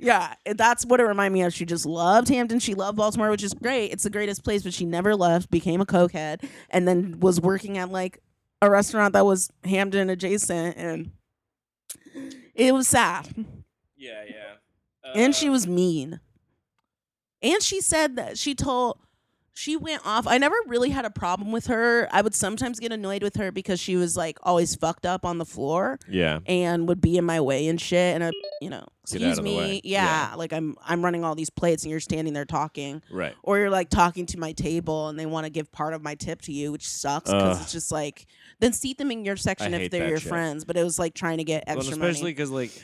[SPEAKER 1] yeah, it- that's what it reminded me of. She just loved Hampton. She loved Baltimore, which is great. It's the greatest place, but she never left, became a cokehead, and then was working at like a restaurant that was Hampton adjacent. And it was sad.
[SPEAKER 2] Yeah, yeah.
[SPEAKER 1] and she was mean. And she said that she told. She went off. I never really had a problem with her. I would sometimes get annoyed with her because she was like always fucked up on the floor
[SPEAKER 2] Yeah.
[SPEAKER 1] and would be in my way and shit and I you know
[SPEAKER 2] Get
[SPEAKER 1] excuse
[SPEAKER 2] out of the
[SPEAKER 1] me
[SPEAKER 2] way.
[SPEAKER 1] Yeah, like I'm I'm running all these plates and you're standing there talking
[SPEAKER 2] Right.
[SPEAKER 1] or you're like talking to my table and they want to give part of my tip to you which sucks because
[SPEAKER 2] Ugh.
[SPEAKER 1] it's just like then seat them in your section
[SPEAKER 2] hate
[SPEAKER 1] if they're
[SPEAKER 2] that
[SPEAKER 1] your
[SPEAKER 2] shit.
[SPEAKER 1] friends but it was like trying to get
[SPEAKER 2] Well, and
[SPEAKER 1] extra
[SPEAKER 2] especially
[SPEAKER 1] money
[SPEAKER 2] because like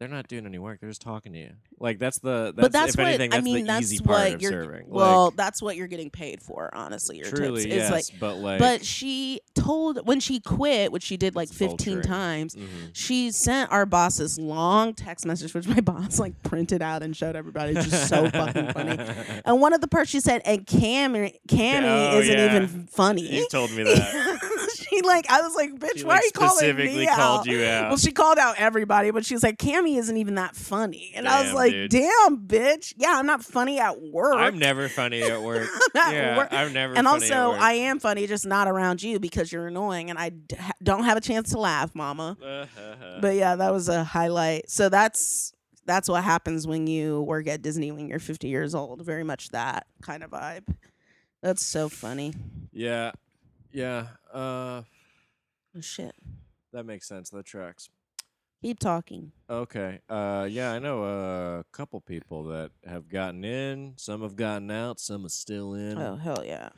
[SPEAKER 2] they're not doing any work; they're just talking to you. Like that's the that's,
[SPEAKER 1] but that's
[SPEAKER 2] if
[SPEAKER 1] what
[SPEAKER 2] anything
[SPEAKER 1] I
[SPEAKER 2] that's
[SPEAKER 1] mean
[SPEAKER 2] the
[SPEAKER 1] that's
[SPEAKER 2] easy part
[SPEAKER 1] what
[SPEAKER 2] of
[SPEAKER 1] you're
[SPEAKER 2] serving.
[SPEAKER 1] well
[SPEAKER 2] like,
[SPEAKER 1] that's what you're getting paid for honestly your
[SPEAKER 2] truly
[SPEAKER 1] tips
[SPEAKER 2] yes,
[SPEAKER 1] it's like
[SPEAKER 2] but like
[SPEAKER 1] but she told when she quit which she did like
[SPEAKER 2] It's
[SPEAKER 1] 15
[SPEAKER 2] vulturing.
[SPEAKER 1] times
[SPEAKER 2] mhm.
[SPEAKER 1] she sent our boss this long text message, which my boss like printed out and showed everybody. It's just so fucking funny. And one of the parts she said, and Cam, Cammy
[SPEAKER 2] Oh,
[SPEAKER 1] isn't
[SPEAKER 2] yeah.
[SPEAKER 1] even funny.
[SPEAKER 2] you told me that.
[SPEAKER 1] she like, I was like, bitch,
[SPEAKER 2] She,
[SPEAKER 1] why
[SPEAKER 2] like,
[SPEAKER 1] are you calling
[SPEAKER 2] specifically
[SPEAKER 1] me
[SPEAKER 2] called
[SPEAKER 1] out?
[SPEAKER 2] you out.
[SPEAKER 1] Well, she called out everybody, but she was like, Cammy isn't even that funny. And I was
[SPEAKER 2] Damn,
[SPEAKER 1] like,
[SPEAKER 2] dude.
[SPEAKER 1] damn, bitch. Yeah, I'm not funny at work.
[SPEAKER 2] I'm never funny at work.
[SPEAKER 1] At
[SPEAKER 2] yeah,
[SPEAKER 1] work.
[SPEAKER 2] I'm never.
[SPEAKER 1] and
[SPEAKER 2] funny at
[SPEAKER 1] also,
[SPEAKER 2] work.
[SPEAKER 1] I am funny, just not around you because you're annoying and I d- ha- don't have a chance to laugh, mama but yeah that was a highlight so that's that's what happens when you work at disney when you're 50 years old very much that kind of vibe that's so funny
[SPEAKER 2] yeah, yeah. Uh,
[SPEAKER 1] oh, shit
[SPEAKER 2] that makes sense. That tracks.
[SPEAKER 1] keep talking
[SPEAKER 2] Okay. Uh, yeah, I know a couple people that have gotten in. Some have gotten out. Some are still in.
[SPEAKER 1] oh hell yeah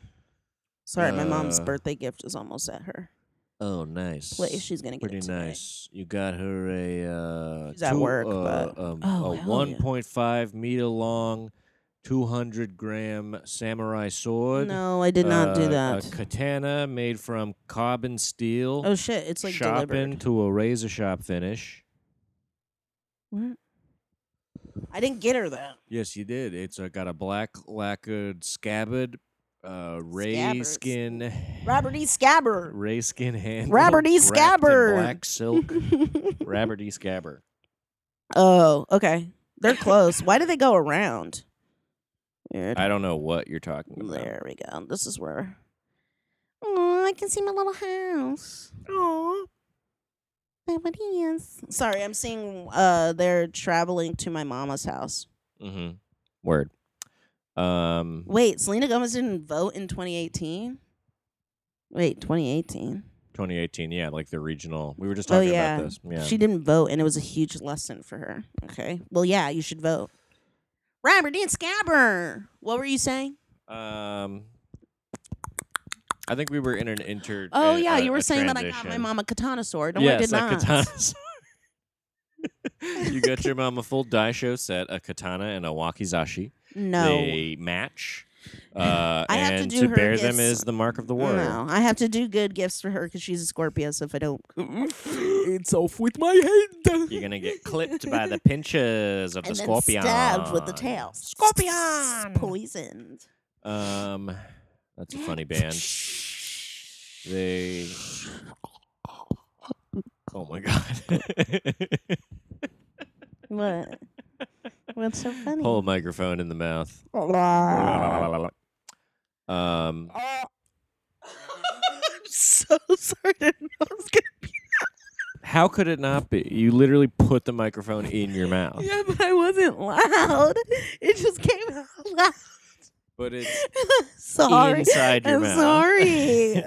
[SPEAKER 1] sorry my mom's
[SPEAKER 2] Uh,
[SPEAKER 1] birthday gift is almost at her
[SPEAKER 2] Oh, nice.
[SPEAKER 1] place she's gonna get
[SPEAKER 2] Pretty
[SPEAKER 1] it today.
[SPEAKER 2] nice. You got her a. Uh,
[SPEAKER 1] She's at work, but-
[SPEAKER 2] um,
[SPEAKER 1] Oh,
[SPEAKER 2] a
[SPEAKER 1] hell yeah.
[SPEAKER 2] 1.5 meter long, 200 gram samurai sword.
[SPEAKER 1] no i did not
[SPEAKER 2] uh,
[SPEAKER 1] do that
[SPEAKER 2] A katana made from carbon steel.
[SPEAKER 1] oh shit it's like delivered
[SPEAKER 2] sharpened to a razor sharp finish.
[SPEAKER 1] What? i didn't get her that
[SPEAKER 2] Yes, you did. It's uh, got a black lacquered scabbard, uh, ray
[SPEAKER 1] Scabbard.
[SPEAKER 2] skin,
[SPEAKER 1] robert e scabbard
[SPEAKER 2] ray skin handle,
[SPEAKER 1] Robert E.
[SPEAKER 2] wrapped in
[SPEAKER 1] Scabbard.
[SPEAKER 2] black silk, Robert E. Scabbard.
[SPEAKER 1] oh okay they're close why do they go around Weird.
[SPEAKER 2] I don't know what you're talking about.
[SPEAKER 1] There we go. This is where. Oh, I can see my little house. Oh, there it is. Sorry, I'm seeing. Uh, they're traveling to my mama's house.
[SPEAKER 2] Mm-hmm. Word. Um,
[SPEAKER 1] Wait, Selena Gomez didn't vote in 2018. Wait, 2018.
[SPEAKER 2] 2018. Yeah, like the regional. We were just
[SPEAKER 1] Oh,
[SPEAKER 2] talking
[SPEAKER 1] yeah.
[SPEAKER 2] about this. Yeah.
[SPEAKER 1] She didn't vote, and it was a huge lesson for her. Okay. Well, yeah, you should vote. Robert Dean Scabber. What were you saying?
[SPEAKER 2] um, I think we were in an inter.
[SPEAKER 1] Oh
[SPEAKER 2] a-
[SPEAKER 1] yeah,
[SPEAKER 2] a-
[SPEAKER 1] you were
[SPEAKER 2] a
[SPEAKER 1] saying that I got my
[SPEAKER 2] transition.
[SPEAKER 1] mom a katana sword. No,
[SPEAKER 2] yes,
[SPEAKER 1] I did
[SPEAKER 2] a
[SPEAKER 1] not.
[SPEAKER 2] katana sword. you got your mom a full daisho set, a katana, and a wakizashi.
[SPEAKER 1] No.
[SPEAKER 2] They match. Uh,
[SPEAKER 1] I have to
[SPEAKER 2] and
[SPEAKER 1] do her
[SPEAKER 2] bear them
[SPEAKER 1] gifts.
[SPEAKER 2] is the mark of the warrior.
[SPEAKER 1] No, I have to do good gifts for her because she's a Scorpio. So if I don't, it's off with my head.
[SPEAKER 2] You're gonna get clipped by the pinches of
[SPEAKER 1] and
[SPEAKER 2] the
[SPEAKER 1] then
[SPEAKER 2] scorpion.
[SPEAKER 1] stabbed with the tail.
[SPEAKER 2] Scorpion!
[SPEAKER 1] poisoned.
[SPEAKER 2] Um, that's a funny band. They. Oh my god!
[SPEAKER 1] What? What's so funny? Ah.
[SPEAKER 2] Whole microphone in the mouth. Um,
[SPEAKER 1] I'm so sorry. I didn't know I was gonna be.
[SPEAKER 2] how could it not be? You literally put the microphone in your mouth.
[SPEAKER 1] Yeah, but I wasn't loud. It just came out loud.
[SPEAKER 2] But it's
[SPEAKER 1] sorry.
[SPEAKER 2] inside your
[SPEAKER 1] I'm
[SPEAKER 2] mouth.
[SPEAKER 1] sorry.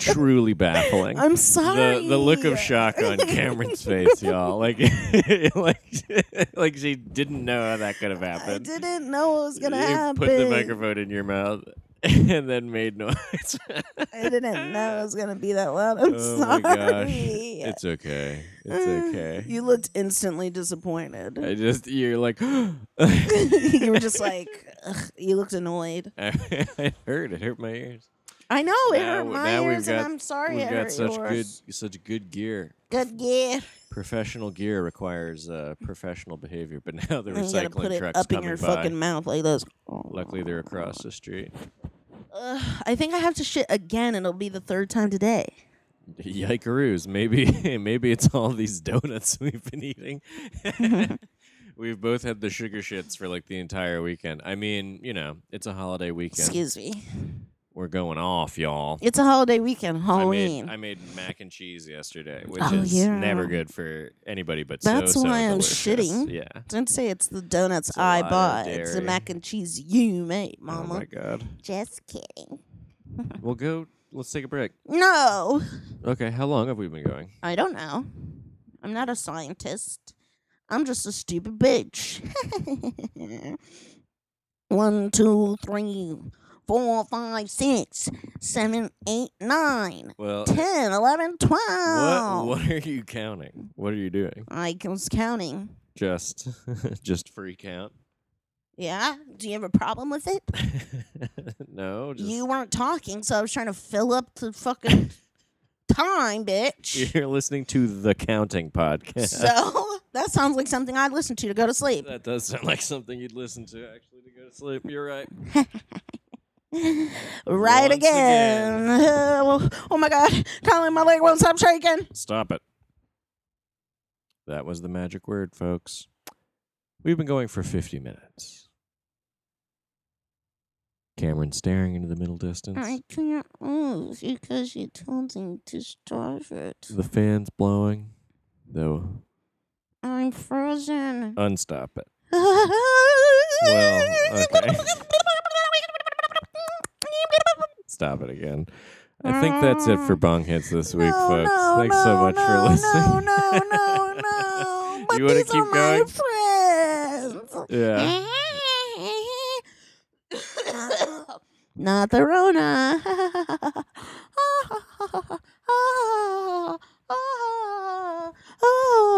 [SPEAKER 2] Truly baffling.
[SPEAKER 1] I'm sorry.
[SPEAKER 2] The the look of shock on Cameron's face, y'all. Like like like she didn't know how that could have happened.
[SPEAKER 1] I didn't know what was gonna
[SPEAKER 2] you
[SPEAKER 1] happen.
[SPEAKER 2] put the microphone in your mouth and then made noise.
[SPEAKER 1] I didn't know it was gonna be that loud. I'm
[SPEAKER 2] Oh
[SPEAKER 1] sorry.
[SPEAKER 2] my gosh. it's okay. It's
[SPEAKER 1] Uh,
[SPEAKER 2] okay.
[SPEAKER 1] You looked instantly disappointed.
[SPEAKER 2] I just you're like
[SPEAKER 1] you were just like, ugh, you looked annoyed.
[SPEAKER 2] I, it hurt. It hurt my ears.
[SPEAKER 1] I know it
[SPEAKER 2] Now
[SPEAKER 1] hurt
[SPEAKER 2] we-
[SPEAKER 1] my
[SPEAKER 2] now we've
[SPEAKER 1] ears, and
[SPEAKER 2] got-
[SPEAKER 1] I'm sorry
[SPEAKER 2] We've
[SPEAKER 1] it
[SPEAKER 2] got
[SPEAKER 1] hurt
[SPEAKER 2] such good,
[SPEAKER 1] yours.
[SPEAKER 2] such good gear.
[SPEAKER 1] Good, gear.
[SPEAKER 2] Professional gear requires uh, professional behavior, but now the
[SPEAKER 1] And you gotta put
[SPEAKER 2] recycling
[SPEAKER 1] it
[SPEAKER 2] trucks
[SPEAKER 1] up in
[SPEAKER 2] coming
[SPEAKER 1] your
[SPEAKER 2] by.
[SPEAKER 1] fucking mouth like this.
[SPEAKER 2] Luckily, they're across the street.
[SPEAKER 1] Ugh, I think I have to shit again, and it'll be the third time today.
[SPEAKER 2] Yikeroos! Maybe, maybe it's all these donuts we've been eating. we've both had the sugar shits for like the entire weekend. I mean, you know, it's a holiday weekend.
[SPEAKER 1] Excuse me.
[SPEAKER 2] We're going off, y'all.
[SPEAKER 1] It's a holiday weekend,
[SPEAKER 2] I
[SPEAKER 1] Halloween.
[SPEAKER 2] made I made mac and cheese yesterday, which
[SPEAKER 1] Oh,
[SPEAKER 2] is
[SPEAKER 1] yeah.
[SPEAKER 2] never good for anybody but
[SPEAKER 1] That's
[SPEAKER 2] so, so
[SPEAKER 1] why I'm
[SPEAKER 2] delicious.
[SPEAKER 1] shitting.
[SPEAKER 2] Yeah.
[SPEAKER 1] Don't say it's the donuts
[SPEAKER 2] It's a
[SPEAKER 1] I
[SPEAKER 2] lot of
[SPEAKER 1] bought. It's the
[SPEAKER 2] dairy.
[SPEAKER 1] mac and cheese you made, Mama.
[SPEAKER 2] Oh my god.
[SPEAKER 1] Just kidding.
[SPEAKER 2] We'll go. Let's take a break.
[SPEAKER 1] No,
[SPEAKER 2] Okay. How long have we been going?
[SPEAKER 1] I don't know. I'm not a scientist. I'm just a stupid bitch. One, two, three, four, five, six, seven, eight, nine,
[SPEAKER 2] Well,
[SPEAKER 1] ten, eleven,
[SPEAKER 2] what
[SPEAKER 1] twelve.
[SPEAKER 2] what are you counting? What are you doing?
[SPEAKER 1] I was counting.
[SPEAKER 2] Just just free count.
[SPEAKER 1] Yeah? Do you have a problem with it?
[SPEAKER 2] no, just
[SPEAKER 1] You weren't talking, so I was trying to fill up the fucking time, bitch.
[SPEAKER 2] you're listening to the counting podcast.
[SPEAKER 1] So that sounds like something I'd listen to to go to sleep.
[SPEAKER 2] that does sound like something you'd listen to actually to go to sleep. You're right.
[SPEAKER 1] right again.
[SPEAKER 2] Once again.
[SPEAKER 1] Oh, oh my god, Colin, my leg won't stop shaking.
[SPEAKER 2] Stop it. That was the magic word, folks. We've been going for 50 minutes. Cameron staring into the middle distance.
[SPEAKER 1] I can't move because you told me to start it.
[SPEAKER 2] The fans blowing, though.
[SPEAKER 1] I'm frozen.
[SPEAKER 2] Unstop it.
[SPEAKER 1] well,
[SPEAKER 2] Uh, okay. Stop it again. I think that's it for Bong Hits this week,
[SPEAKER 1] Ah. No,
[SPEAKER 2] folks.
[SPEAKER 1] no,
[SPEAKER 2] Thanks so
[SPEAKER 1] no,
[SPEAKER 2] much
[SPEAKER 1] no,
[SPEAKER 2] for listening.
[SPEAKER 1] No, no, no, no. But
[SPEAKER 2] You wanna
[SPEAKER 1] these are
[SPEAKER 2] keep
[SPEAKER 1] my Eh?
[SPEAKER 2] going?
[SPEAKER 1] friends.
[SPEAKER 2] yeah.
[SPEAKER 1] Not the Rona.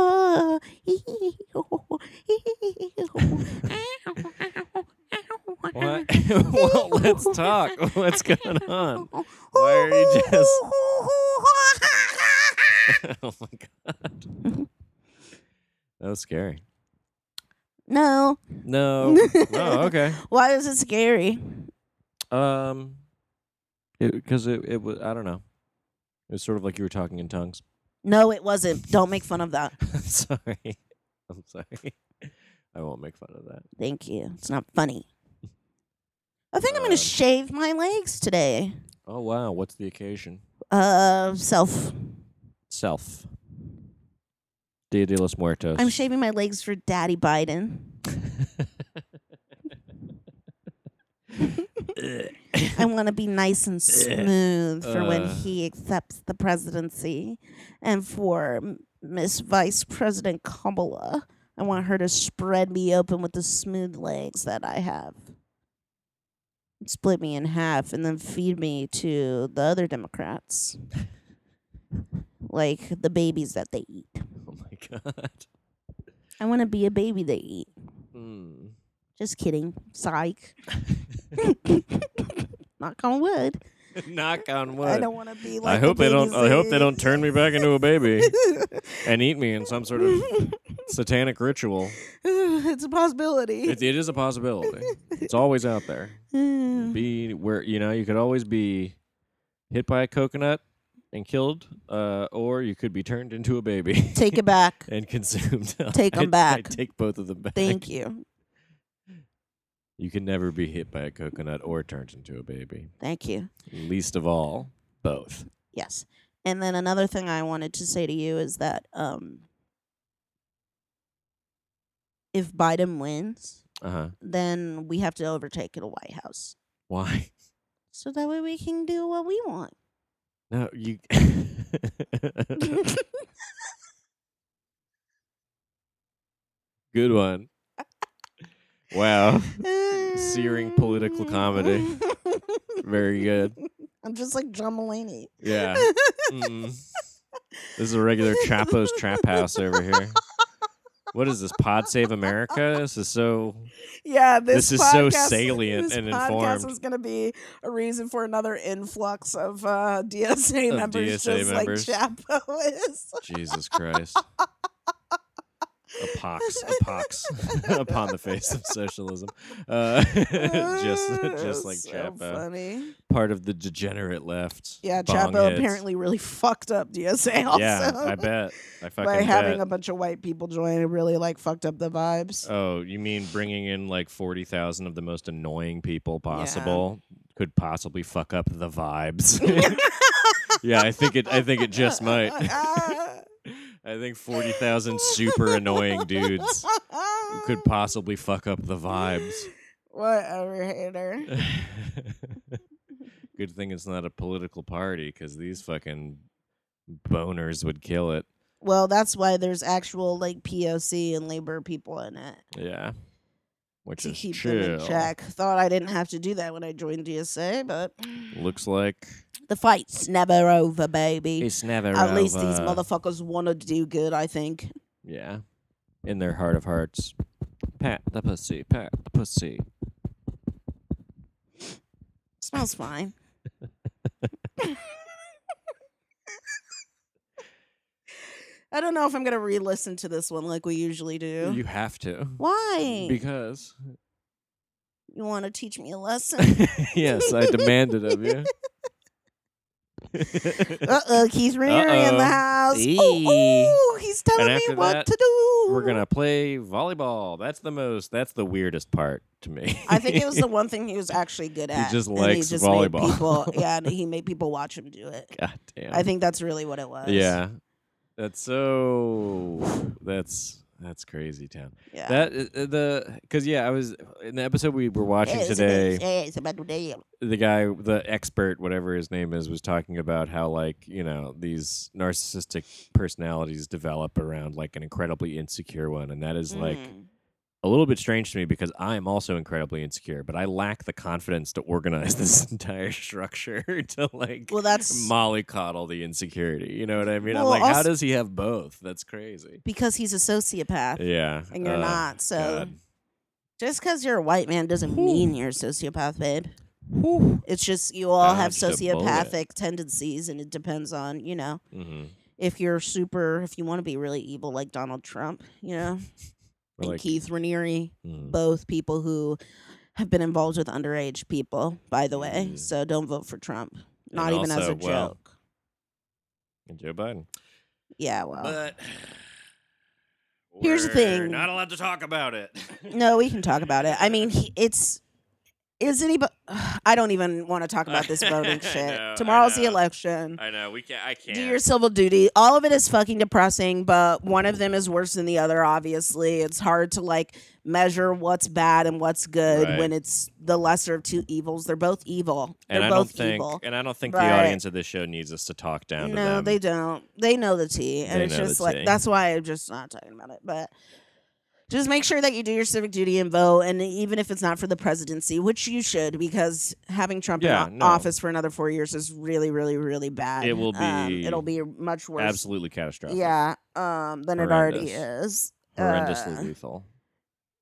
[SPEAKER 2] What? well, let's talk. What's going on? Why are you just- oh my god. That was scary.
[SPEAKER 1] No.
[SPEAKER 2] No. oh, okay.
[SPEAKER 1] Why is it scary?
[SPEAKER 2] Um, because it, it was I don't know. It was sort of like you were talking in tongues.
[SPEAKER 1] No, it wasn't. Don't make fun of that.
[SPEAKER 2] I'm sorry. I'm sorry. I won't make fun of that.
[SPEAKER 1] Thank you. It's not funny. I think I'm going
[SPEAKER 2] Um,
[SPEAKER 1] to shave my legs today.
[SPEAKER 2] Oh wow, what's the occasion?
[SPEAKER 1] Uh, self.
[SPEAKER 2] Self. Dia de los Muertos.
[SPEAKER 1] I'm shaving my legs for Daddy Biden. I want to be nice and smooth for when
[SPEAKER 2] Uh.
[SPEAKER 1] he accepts the presidency, and for M- Miss Vice President Kamala. I want her to spread me open with the smooth legs that I have. Split me in half and then feed me to the other Democrats. like the babies that they eat.
[SPEAKER 2] oh my god.
[SPEAKER 1] I want to be a baby they eat.
[SPEAKER 2] Hmm.
[SPEAKER 1] Just kidding. Psych. Knock on wood.
[SPEAKER 2] Knock on wood.
[SPEAKER 1] I don't want to be like.
[SPEAKER 2] I
[SPEAKER 1] the
[SPEAKER 2] hope they don't.
[SPEAKER 1] babies
[SPEAKER 2] I hope they don't
[SPEAKER 1] eat.
[SPEAKER 2] turn me back into a baby and eat me in some sort of satanic ritual.
[SPEAKER 1] it's a possibility.
[SPEAKER 2] It, it is a possibility. It's always out there.
[SPEAKER 1] Mm.
[SPEAKER 2] Be where you know you could always be hit by a coconut and killed, uh, or you could be turned into a baby
[SPEAKER 1] Take it back.
[SPEAKER 2] and consumed.
[SPEAKER 1] Take 'em
[SPEAKER 2] I- I
[SPEAKER 1] back.
[SPEAKER 2] take both of them back.
[SPEAKER 1] Thank you.
[SPEAKER 2] You can never be hit by a coconut or turned into a baby.
[SPEAKER 1] Thank you.
[SPEAKER 2] Least of all, both.
[SPEAKER 1] Yes. And then another thing I wanted to say to you is that um, if Biden wins,
[SPEAKER 2] Uh huh.
[SPEAKER 1] then we have to overtake the White House.
[SPEAKER 2] Why?
[SPEAKER 1] So that way we can do what we want.
[SPEAKER 2] No, you. Good one. Wow. Searing political comedy. Very good.
[SPEAKER 1] I'm just like John Mulaney.
[SPEAKER 2] Yeah.
[SPEAKER 1] Mm.
[SPEAKER 2] Mm. This is a regular Chapo's trap house over here. What is this? Pod Save America? This is so.
[SPEAKER 1] Yeah, this,
[SPEAKER 2] This is so
[SPEAKER 1] podcast-
[SPEAKER 2] salient
[SPEAKER 1] this
[SPEAKER 2] and
[SPEAKER 1] podcast
[SPEAKER 2] informed.
[SPEAKER 1] is going to be a reason for another influx of uh, DSA
[SPEAKER 2] Of
[SPEAKER 1] members,
[SPEAKER 2] DSA
[SPEAKER 1] just
[SPEAKER 2] members.
[SPEAKER 1] like Chapo is.
[SPEAKER 2] Jesus Christ. A pox, a pox upon the face of socialism. Uh, just, just like
[SPEAKER 1] so
[SPEAKER 2] Chapo,
[SPEAKER 1] Funny.
[SPEAKER 2] part of the degenerate left.
[SPEAKER 1] Yeah,
[SPEAKER 2] bong
[SPEAKER 1] Chapo
[SPEAKER 2] heads.
[SPEAKER 1] apparently really fucked up DSA also.
[SPEAKER 2] Yeah, I bet. I fucking
[SPEAKER 1] By having
[SPEAKER 2] bet.
[SPEAKER 1] a bunch of white people join, it really like fucked up the vibes.
[SPEAKER 2] Oh, you mean bringing in like 40,000 of the most annoying people possible could possibly fuck up the vibes. yeah, I think it I think it just might. I think 40,000 super annoying dudes could possibly fuck up the vibes.
[SPEAKER 1] Whatever, hater.
[SPEAKER 2] Good thing it's not a political party cuz these fucking boners would kill it.
[SPEAKER 1] Well, that's why there's actual like POC and labor people in it
[SPEAKER 2] Yeah. Which
[SPEAKER 1] to
[SPEAKER 2] is
[SPEAKER 1] keep
[SPEAKER 2] chill.
[SPEAKER 1] them in check. Thought I didn't have to do that when I joined DSA, but
[SPEAKER 2] Looks like
[SPEAKER 1] the fight's never over, baby.
[SPEAKER 2] never
[SPEAKER 1] At least these motherfuckers want to do good, I think.
[SPEAKER 2] Yeah. In their heart of hearts. Pat the pussy, pat the pussy.
[SPEAKER 1] Smells fine. I don't know if I'm gonna re-listen to this one like we usually do.
[SPEAKER 2] You have to.
[SPEAKER 1] Why?
[SPEAKER 2] Because.
[SPEAKER 1] you want to teach me a lesson?
[SPEAKER 2] yes, I demanded of you.
[SPEAKER 1] uh oh, Keith Raniere in the
[SPEAKER 2] Uh-oh.
[SPEAKER 1] house. Ooh,
[SPEAKER 2] Eee.
[SPEAKER 1] ooh, he's telling
[SPEAKER 2] And
[SPEAKER 1] me
[SPEAKER 2] after
[SPEAKER 1] what
[SPEAKER 2] that,
[SPEAKER 1] to do.
[SPEAKER 2] We're going to play volleyball. That's the most, that's the weirdest part to me.
[SPEAKER 1] I think it was the one thing he was actually good at.
[SPEAKER 2] just
[SPEAKER 1] and
[SPEAKER 2] likes
[SPEAKER 1] he just Made
[SPEAKER 2] volleyball.
[SPEAKER 1] people, yeah, and he made people watch him do it.
[SPEAKER 2] God damn.
[SPEAKER 1] I think that's really what it was.
[SPEAKER 2] Yeah. That's so. That's. That's crazy town.
[SPEAKER 1] yeah.
[SPEAKER 2] That uh, the because yeah, I was in the episode we were watching
[SPEAKER 1] Hey, it's a
[SPEAKER 2] today.
[SPEAKER 1] big- hey, it's a bad day.
[SPEAKER 2] the guy the expert whatever his name is was talking about how like you know these narcissistic personalities develop around like an incredibly insecure one and that is like
[SPEAKER 1] Mm.
[SPEAKER 2] a little bit strange to me because i am also incredibly insecure but i lack the confidence to organize this entire structure to like
[SPEAKER 1] well, that's
[SPEAKER 2] mollycoddle the insecurity you know what i mean i'm
[SPEAKER 1] Well,
[SPEAKER 2] like how
[SPEAKER 1] also-
[SPEAKER 2] does he have both that's crazy
[SPEAKER 1] because he's a sociopath
[SPEAKER 2] yeah
[SPEAKER 1] and you're
[SPEAKER 2] uh,
[SPEAKER 1] not. So
[SPEAKER 2] God.
[SPEAKER 1] just because you're a white man doesn't
[SPEAKER 2] Whew.
[SPEAKER 1] mean you're a sociopath, babe.
[SPEAKER 2] Whew.
[SPEAKER 1] It's just you all have
[SPEAKER 2] Dodged a bullet.
[SPEAKER 1] sociopathic tendencies, and it depends on you know
[SPEAKER 2] Mhm.
[SPEAKER 1] if you're super if you want to be really evil like Donald Trump, you know,
[SPEAKER 2] Or
[SPEAKER 1] and
[SPEAKER 2] like-
[SPEAKER 1] Keith Raniere,
[SPEAKER 2] Mhm.
[SPEAKER 1] both people who have been involved with underage people, by the way.
[SPEAKER 2] Mm.
[SPEAKER 1] So don't vote for Trump,
[SPEAKER 2] And
[SPEAKER 1] not even as
[SPEAKER 2] also,
[SPEAKER 1] a
[SPEAKER 2] well,
[SPEAKER 1] joke.
[SPEAKER 2] and joe biden
[SPEAKER 1] Yeah, well,
[SPEAKER 2] But
[SPEAKER 1] Oh. Here's the
[SPEAKER 2] we're
[SPEAKER 1] thing.
[SPEAKER 2] Not allowed to talk about it.
[SPEAKER 1] no, we can talk about it. I mean, he, it's is anybody? I don't even want to talk about this voting
[SPEAKER 2] I
[SPEAKER 1] shit.
[SPEAKER 2] know, I
[SPEAKER 1] Tomorrow's the
[SPEAKER 2] know.
[SPEAKER 1] election.
[SPEAKER 2] I know we can't. I can't.
[SPEAKER 1] Do your civil duty. All of it is fucking depressing, but one of them is worse than the other, obviously. It's hard to like measure what's bad and what's good
[SPEAKER 2] Right.
[SPEAKER 1] when it's the lesser of two evils. They're both evil.
[SPEAKER 2] and
[SPEAKER 1] They're
[SPEAKER 2] I don't
[SPEAKER 1] both
[SPEAKER 2] think.
[SPEAKER 1] evil.
[SPEAKER 2] And I don't think
[SPEAKER 1] Right.
[SPEAKER 2] the audience of this show needs us to talk down to
[SPEAKER 1] No,
[SPEAKER 2] them.
[SPEAKER 1] they don't. They know the tea. And
[SPEAKER 2] They
[SPEAKER 1] it's
[SPEAKER 2] know the
[SPEAKER 1] just like
[SPEAKER 2] tea.
[SPEAKER 1] that's why I'm just not talking about it. But just make sure that you do your civic duty and vote, and even if it's not for the presidency, which you should, because having Trump
[SPEAKER 2] Yeah,
[SPEAKER 1] in o-
[SPEAKER 2] no.
[SPEAKER 1] office for another four years is really, really, really bad.
[SPEAKER 2] It will
[SPEAKER 1] Um,
[SPEAKER 2] be
[SPEAKER 1] it'll be much worse
[SPEAKER 2] absolutely catastrophic.
[SPEAKER 1] yeah um than it already is
[SPEAKER 2] horrendously
[SPEAKER 1] Uh,
[SPEAKER 2] lethal.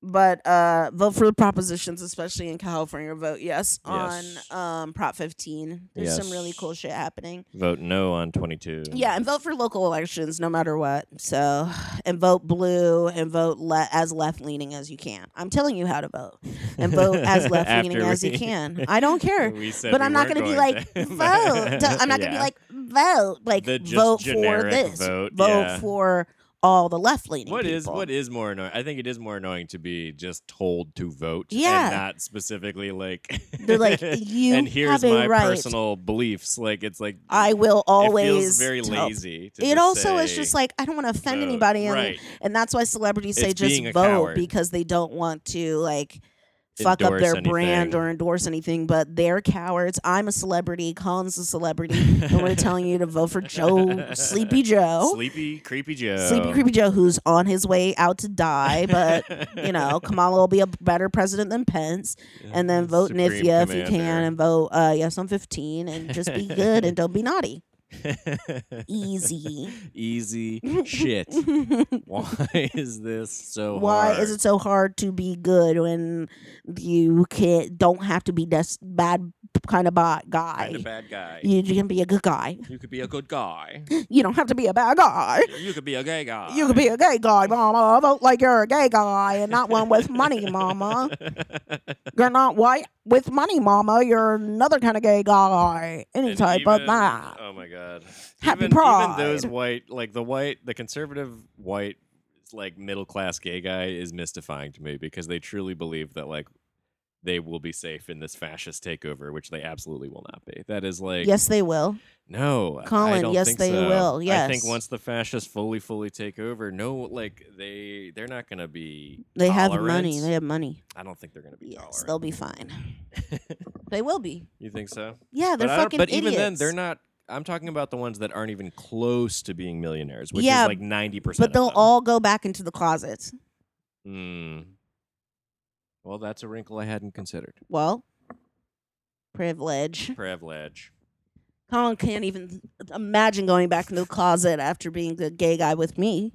[SPEAKER 1] but uh vote for the propositions especially in california vote yes on
[SPEAKER 2] Yes.
[SPEAKER 1] um prop 15 there's some really
[SPEAKER 2] Yes.
[SPEAKER 1] cool shit happening
[SPEAKER 2] Vote no on twenty-two.
[SPEAKER 1] yeah and vote for local elections no matter what so and vote blue and vote le- as left leaning as you can i'm telling you how to vote and vote as left leaning
[SPEAKER 2] After
[SPEAKER 1] as you
[SPEAKER 2] we-
[SPEAKER 1] can i don't care
[SPEAKER 2] We said
[SPEAKER 1] but
[SPEAKER 2] we
[SPEAKER 1] i'm not
[SPEAKER 2] weren't
[SPEAKER 1] gonna be
[SPEAKER 2] going
[SPEAKER 1] like
[SPEAKER 2] to.
[SPEAKER 1] vote i'm not gonna be
[SPEAKER 2] Yeah.
[SPEAKER 1] like vote like
[SPEAKER 2] The just
[SPEAKER 1] vote for
[SPEAKER 2] generic
[SPEAKER 1] this
[SPEAKER 2] vote, yeah.
[SPEAKER 1] for all the left leaning
[SPEAKER 2] What is what is more annoying? I think it is more annoying to be just told to vote,
[SPEAKER 1] Yeah.
[SPEAKER 2] and not specifically like
[SPEAKER 1] They're like, "You
[SPEAKER 2] and here's
[SPEAKER 1] have a
[SPEAKER 2] my
[SPEAKER 1] right."
[SPEAKER 2] personal beliefs. Like it's like
[SPEAKER 1] I will always
[SPEAKER 2] it feels very
[SPEAKER 1] tell-
[SPEAKER 2] lazy. To
[SPEAKER 1] It
[SPEAKER 2] just
[SPEAKER 1] also is
[SPEAKER 2] say
[SPEAKER 1] just like I don't want to offend
[SPEAKER 2] vote.
[SPEAKER 1] anybody, and,
[SPEAKER 2] right.
[SPEAKER 1] and that's why celebrities say
[SPEAKER 2] It's
[SPEAKER 1] just
[SPEAKER 2] being a
[SPEAKER 1] vote
[SPEAKER 2] coward.
[SPEAKER 1] because they don't want to like fuck up
[SPEAKER 2] Endorse
[SPEAKER 1] their brand
[SPEAKER 2] anything.
[SPEAKER 1] or endorse anything. But they're cowards. I'm a celebrity. Colin's a celebrity, and we're telling you to vote for Joe Sleepy Joe,
[SPEAKER 2] sleepy, creepy Joe.
[SPEAKER 1] Sleepy Creepy Joe, who's on his way out to die, but. You know, Kamala will be a better president than Pence, and then vote
[SPEAKER 2] Mm-hmm. Supreme
[SPEAKER 1] Nifia if you
[SPEAKER 2] Commander.
[SPEAKER 1] can, and vote uh, yes on fifteen, and just be good and don't be naughty. Easy.
[SPEAKER 2] Easy shit. Why is this so
[SPEAKER 1] Why
[SPEAKER 2] hard?
[SPEAKER 1] is it so hard to be good when you can don't have to be this bad kind of bot guy?
[SPEAKER 2] Kinda bad guy.
[SPEAKER 1] You, you can be a good guy.
[SPEAKER 2] You could be a good guy.
[SPEAKER 1] You don't have to be a bad guy.
[SPEAKER 2] You could be a gay guy.
[SPEAKER 1] You could be a gay guy, mama. Vote like you're a gay guy and not one with money, mama. You're not white with money, mama. You're another kind of gay guy. Any
[SPEAKER 2] And
[SPEAKER 1] type of
[SPEAKER 2] even-
[SPEAKER 1] that.
[SPEAKER 2] Oh my god.
[SPEAKER 1] Happy
[SPEAKER 2] even, even
[SPEAKER 1] Pride.
[SPEAKER 2] those white, like the white, the conservative white, like middle class gay guy is mystifying to me because they truly believe that like they will be safe in this fascist takeover, which they absolutely will not be. That is like
[SPEAKER 1] yes, they will.
[SPEAKER 2] no, I- I
[SPEAKER 1] Colin,
[SPEAKER 2] don't
[SPEAKER 1] yes,
[SPEAKER 2] think
[SPEAKER 1] they
[SPEAKER 2] so.
[SPEAKER 1] will,
[SPEAKER 2] I
[SPEAKER 1] yes.
[SPEAKER 2] think once the fascists fully, fully take over, no, like they they're not gonna be.
[SPEAKER 1] They have
[SPEAKER 2] tolerant.
[SPEAKER 1] money. They have money.
[SPEAKER 2] I don't think they're gonna be
[SPEAKER 1] Yes,
[SPEAKER 2] tolerant.
[SPEAKER 1] they'll be fine. they will be.
[SPEAKER 2] you think so?
[SPEAKER 1] Yeah, they're
[SPEAKER 2] but I don't-
[SPEAKER 1] fucking
[SPEAKER 2] but
[SPEAKER 1] idiots.
[SPEAKER 2] even then, they're not. I'm talking about the ones that aren't even close to being millionaires, which
[SPEAKER 1] Yeah,
[SPEAKER 2] is like ninety percent.
[SPEAKER 1] But they'll all go back into the closet.
[SPEAKER 2] Hmm. Well, that's a wrinkle I hadn't considered.
[SPEAKER 1] Well, privilege.
[SPEAKER 2] Privilege.
[SPEAKER 1] Colin can't even imagine going back into the closet after being a gay guy with me.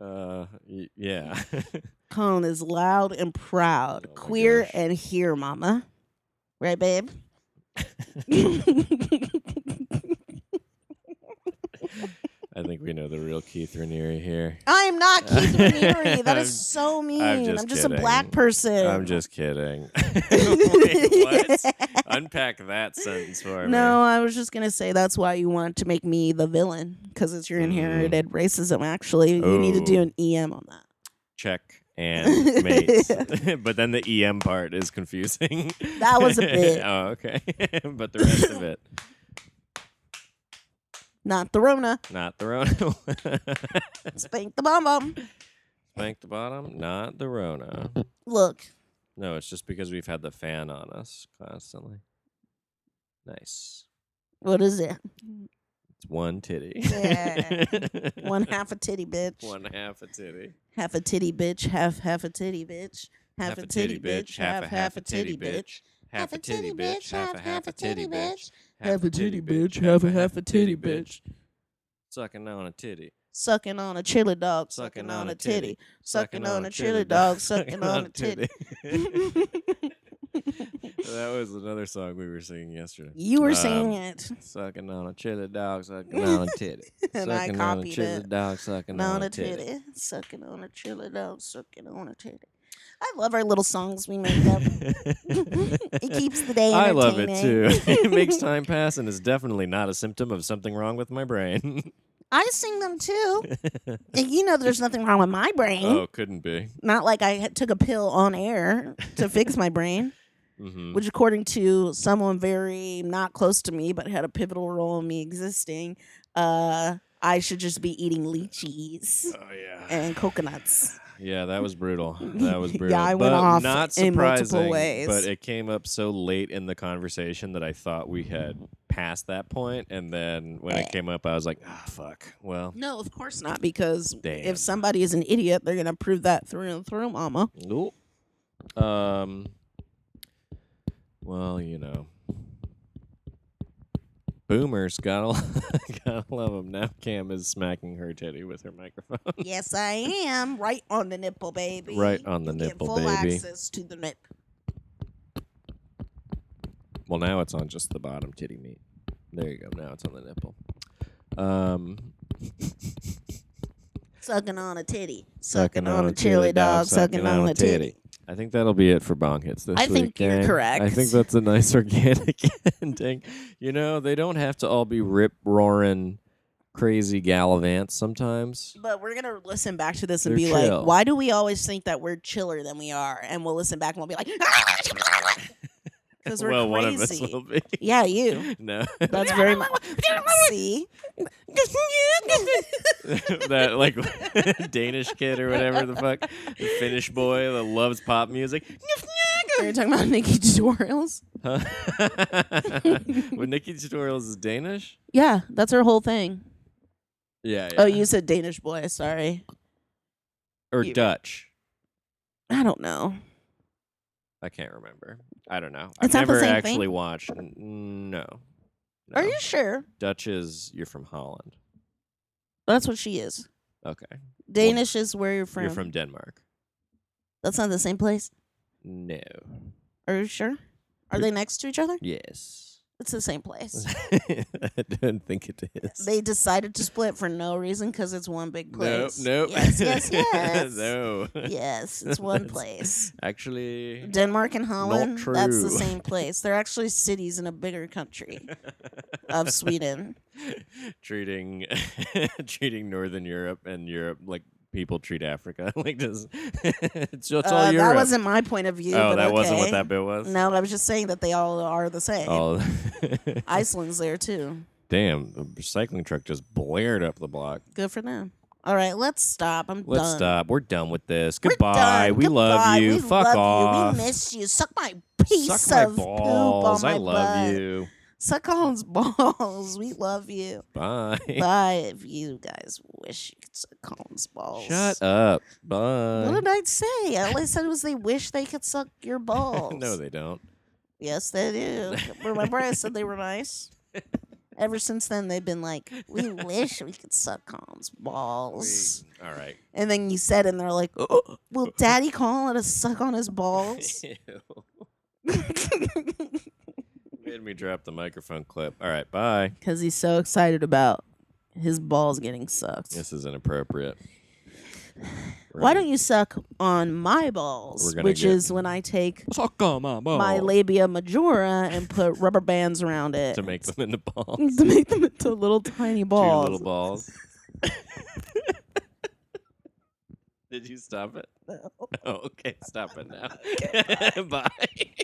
[SPEAKER 2] uh, y- yeah.
[SPEAKER 1] Colin is loud and proud,
[SPEAKER 2] Oh my
[SPEAKER 1] queer
[SPEAKER 2] gosh.
[SPEAKER 1] and here, mama. Right, babe?
[SPEAKER 2] I think we know the real Keith Raniere here.
[SPEAKER 1] I'm not Keith Raniere. That
[SPEAKER 2] I'm-
[SPEAKER 1] is so mean.
[SPEAKER 2] I'm
[SPEAKER 1] I'm just,
[SPEAKER 2] just
[SPEAKER 1] a black
[SPEAKER 2] kidding.
[SPEAKER 1] person.
[SPEAKER 2] I'm just kidding. Wait, what? Unpack that sentence for me.
[SPEAKER 1] No, I was just gonna say that's why you want to make me the villain because it's your
[SPEAKER 2] Mm.
[SPEAKER 1] inherited racism. Actually, you need to do
[SPEAKER 2] Oh.
[SPEAKER 1] an EM on that.
[SPEAKER 2] check and mate. but then the EM part is confusing.
[SPEAKER 1] That was a bit.
[SPEAKER 2] oh, okay. but the rest of it,
[SPEAKER 1] Not the Rona,
[SPEAKER 2] not the Rona.
[SPEAKER 1] spank the bum bum.
[SPEAKER 2] Spank the bottom, not the Rona.
[SPEAKER 1] Look,
[SPEAKER 2] No, it's just because we've had the fan on us constantly. Nice.
[SPEAKER 1] what is it?
[SPEAKER 2] It's one titty.
[SPEAKER 1] Yeah. One half a titty, bitch.
[SPEAKER 2] One half a titty.
[SPEAKER 1] Half a titty, bitch. Half half a titty, bitch. Half, a titty, bitch. Half half a titty, bitch.
[SPEAKER 2] Half a titty bitch. Half a half a titty bitch.
[SPEAKER 1] Half a titty, bitch. Half a half a titty, bitch.
[SPEAKER 2] Sucking on a titty.
[SPEAKER 1] Sucking on a chili dog. Sucking on a titty. Sucking on a chili dog. Sucking on a titty.
[SPEAKER 2] that was another song we were singing yesterday.
[SPEAKER 1] You were
[SPEAKER 2] Um,
[SPEAKER 1] singing it.
[SPEAKER 2] Sucking on a chili dog, sucking on a titty.
[SPEAKER 1] And I
[SPEAKER 2] sucking on a
[SPEAKER 1] copied
[SPEAKER 2] chili
[SPEAKER 1] it.
[SPEAKER 2] dog, sucking
[SPEAKER 1] on a titty. sucking on a chili dog, sucking on a titty. I love our little songs we make up. it keeps the day.
[SPEAKER 2] I love it too.
[SPEAKER 1] entertaining.
[SPEAKER 2] it makes time pass and is definitely not a symptom of something wrong with my brain.
[SPEAKER 1] I sing them too.
[SPEAKER 2] Eh?
[SPEAKER 1] And you know, there's nothing wrong with my brain.
[SPEAKER 2] oh, couldn't be.
[SPEAKER 1] Not like I had- took a pill on air to fix my brain,
[SPEAKER 2] hmm
[SPEAKER 1] which, according to someone very not close to me, but had a pivotal role in me existing, uh, I should just be eating lychees
[SPEAKER 2] Oh yeah.
[SPEAKER 1] and coconuts.
[SPEAKER 2] Yeah, that was brutal. That was
[SPEAKER 1] Yeah,
[SPEAKER 2] brutal.
[SPEAKER 1] I went
[SPEAKER 2] but
[SPEAKER 1] off
[SPEAKER 2] not
[SPEAKER 1] in multiple
[SPEAKER 2] surprising,
[SPEAKER 1] ways.
[SPEAKER 2] But it came up so late in the conversation that I thought we had passed that point, and then when it came up, I was like, "Ah, fuck." Well,
[SPEAKER 1] No, of course not, because
[SPEAKER 2] Damn.
[SPEAKER 1] if somebody is an idiot, they're gonna prove that through and through, mama.
[SPEAKER 2] Nope. Um. Well, you know, boomers gotta gotta love them. Now Cam is smacking her titty with her microphone
[SPEAKER 1] yes, I am. Right on the nipple, baby.
[SPEAKER 2] right on the
[SPEAKER 1] You get
[SPEAKER 2] nipple,
[SPEAKER 1] full
[SPEAKER 2] baby.
[SPEAKER 1] access to the nip.
[SPEAKER 2] Well, now it's on just the bottom titty meat. There you go. Now it's on the nipple. Um.
[SPEAKER 1] Sucking on a titty. Sucking on a chili dog. Sucking on a titty.
[SPEAKER 2] I think that'll be it for bong hits this
[SPEAKER 1] I
[SPEAKER 2] week.
[SPEAKER 1] think you're
[SPEAKER 2] gang. I
[SPEAKER 1] correct.
[SPEAKER 2] think that's a nice organic ending. You know, they don't have to all be rip roaring, crazy gallivants. Sometimes
[SPEAKER 1] But we're gonna listen back to this and
[SPEAKER 2] They're
[SPEAKER 1] be
[SPEAKER 2] chill.
[SPEAKER 1] like, why do we always think that we're chiller than we are? And we'll listen back and we'll be like, because we're
[SPEAKER 2] well,
[SPEAKER 1] crazy.
[SPEAKER 2] one of us will be.
[SPEAKER 1] Yeah, you.
[SPEAKER 2] No,
[SPEAKER 1] That's very much. See.
[SPEAKER 2] that like Danish kid or whatever the fuck, the Finnish boy that loves pop music.
[SPEAKER 1] We're talking about Nikki tutorials.
[SPEAKER 2] Huh? when Nikki Tutorials is Danish.
[SPEAKER 1] Yeah, that's her whole thing.
[SPEAKER 2] Yeah.
[SPEAKER 1] Oh, you said Danish boy. Sorry.
[SPEAKER 2] or
[SPEAKER 1] you-
[SPEAKER 2] Dutch.
[SPEAKER 1] I don't know.
[SPEAKER 2] I can't remember. I don't know.
[SPEAKER 1] It's
[SPEAKER 2] I've
[SPEAKER 1] not the
[SPEAKER 2] never
[SPEAKER 1] same
[SPEAKER 2] actually watched. n- No.
[SPEAKER 1] Are
[SPEAKER 2] No.
[SPEAKER 1] you sure?
[SPEAKER 2] Dutch is you're from Holland.
[SPEAKER 1] That's what she is.
[SPEAKER 2] Okay.
[SPEAKER 1] Danish is where you're from.
[SPEAKER 2] You're from Denmark.
[SPEAKER 1] That's not the same place.
[SPEAKER 2] No.
[SPEAKER 1] Are you sure? Are
[SPEAKER 2] Pre-
[SPEAKER 1] they next to each other?
[SPEAKER 2] Yes.
[SPEAKER 1] It's the same place.
[SPEAKER 2] I don't think it is.
[SPEAKER 1] They decided to split for no reason because it's one big
[SPEAKER 2] nope.
[SPEAKER 1] place.
[SPEAKER 2] Nope.
[SPEAKER 1] Yes, yes, yes.
[SPEAKER 2] no.
[SPEAKER 1] Yes, it's one
[SPEAKER 2] That's-
[SPEAKER 1] place.
[SPEAKER 2] Actually.
[SPEAKER 1] Denmark and Holland, that's the
[SPEAKER 2] true.
[SPEAKER 1] same place. They're actually cities in a bigger country of Sweden.
[SPEAKER 2] treating treating Northern Europe and Europe like people treat Africa. like just it's, it's all
[SPEAKER 1] Uh,
[SPEAKER 2] Europe.
[SPEAKER 1] that wasn't my point of view.
[SPEAKER 2] oh,
[SPEAKER 1] but
[SPEAKER 2] that wasn't what
[SPEAKER 1] okay.
[SPEAKER 2] that bit was.
[SPEAKER 1] No, I was just saying that they all are the same.
[SPEAKER 2] Oh,
[SPEAKER 1] Iceland's there too.
[SPEAKER 2] damn! The recycling truck just blared up the block.
[SPEAKER 1] Good for them. All right, let's stop. I'm
[SPEAKER 2] Let's
[SPEAKER 1] done.
[SPEAKER 2] stop. We're done with this.
[SPEAKER 1] We're
[SPEAKER 2] Goodbye.
[SPEAKER 1] done.
[SPEAKER 2] We
[SPEAKER 1] Goodbye.
[SPEAKER 2] love you.
[SPEAKER 1] We
[SPEAKER 2] Fuck
[SPEAKER 1] love
[SPEAKER 2] off.
[SPEAKER 1] You. We miss you. Suck my piece
[SPEAKER 2] Suck my
[SPEAKER 1] of
[SPEAKER 2] balls.
[SPEAKER 1] poop on my
[SPEAKER 2] I love
[SPEAKER 1] butt.
[SPEAKER 2] you.
[SPEAKER 1] Suck Colin's balls. We love you.
[SPEAKER 2] Bye.
[SPEAKER 1] Bye. If you guys wish you could suck Colin's balls.
[SPEAKER 2] Shut up.
[SPEAKER 1] What
[SPEAKER 2] Bye.
[SPEAKER 1] did I say? All I said was they wish they could suck your balls.
[SPEAKER 2] no, they don't.
[SPEAKER 1] Yes, they do. Remember, I said they were nice. Ever since then, they've been like, "We wish we could suck Colin's balls."
[SPEAKER 2] We- all right.
[SPEAKER 1] And then you said, and they're like, "Oh, "Will Daddy Colin let us suck on his balls?"
[SPEAKER 2] Ew. Made me drop the microphone clip. All right. Bye.
[SPEAKER 1] Because he's so excited about his balls getting sucked.
[SPEAKER 2] This is inappropriate. We're
[SPEAKER 1] Why
[SPEAKER 2] gonna-
[SPEAKER 1] don't you suck on my balls,
[SPEAKER 2] We're gonna
[SPEAKER 1] which
[SPEAKER 2] get-
[SPEAKER 1] is when I take
[SPEAKER 2] suck on my balls
[SPEAKER 1] my labia majora and put rubber bands around it
[SPEAKER 2] to make them into balls?
[SPEAKER 1] to make them into little tiny balls.
[SPEAKER 2] Two little balls. Did you stop it?
[SPEAKER 1] No.
[SPEAKER 2] Oh, okay, stop it now. Bye.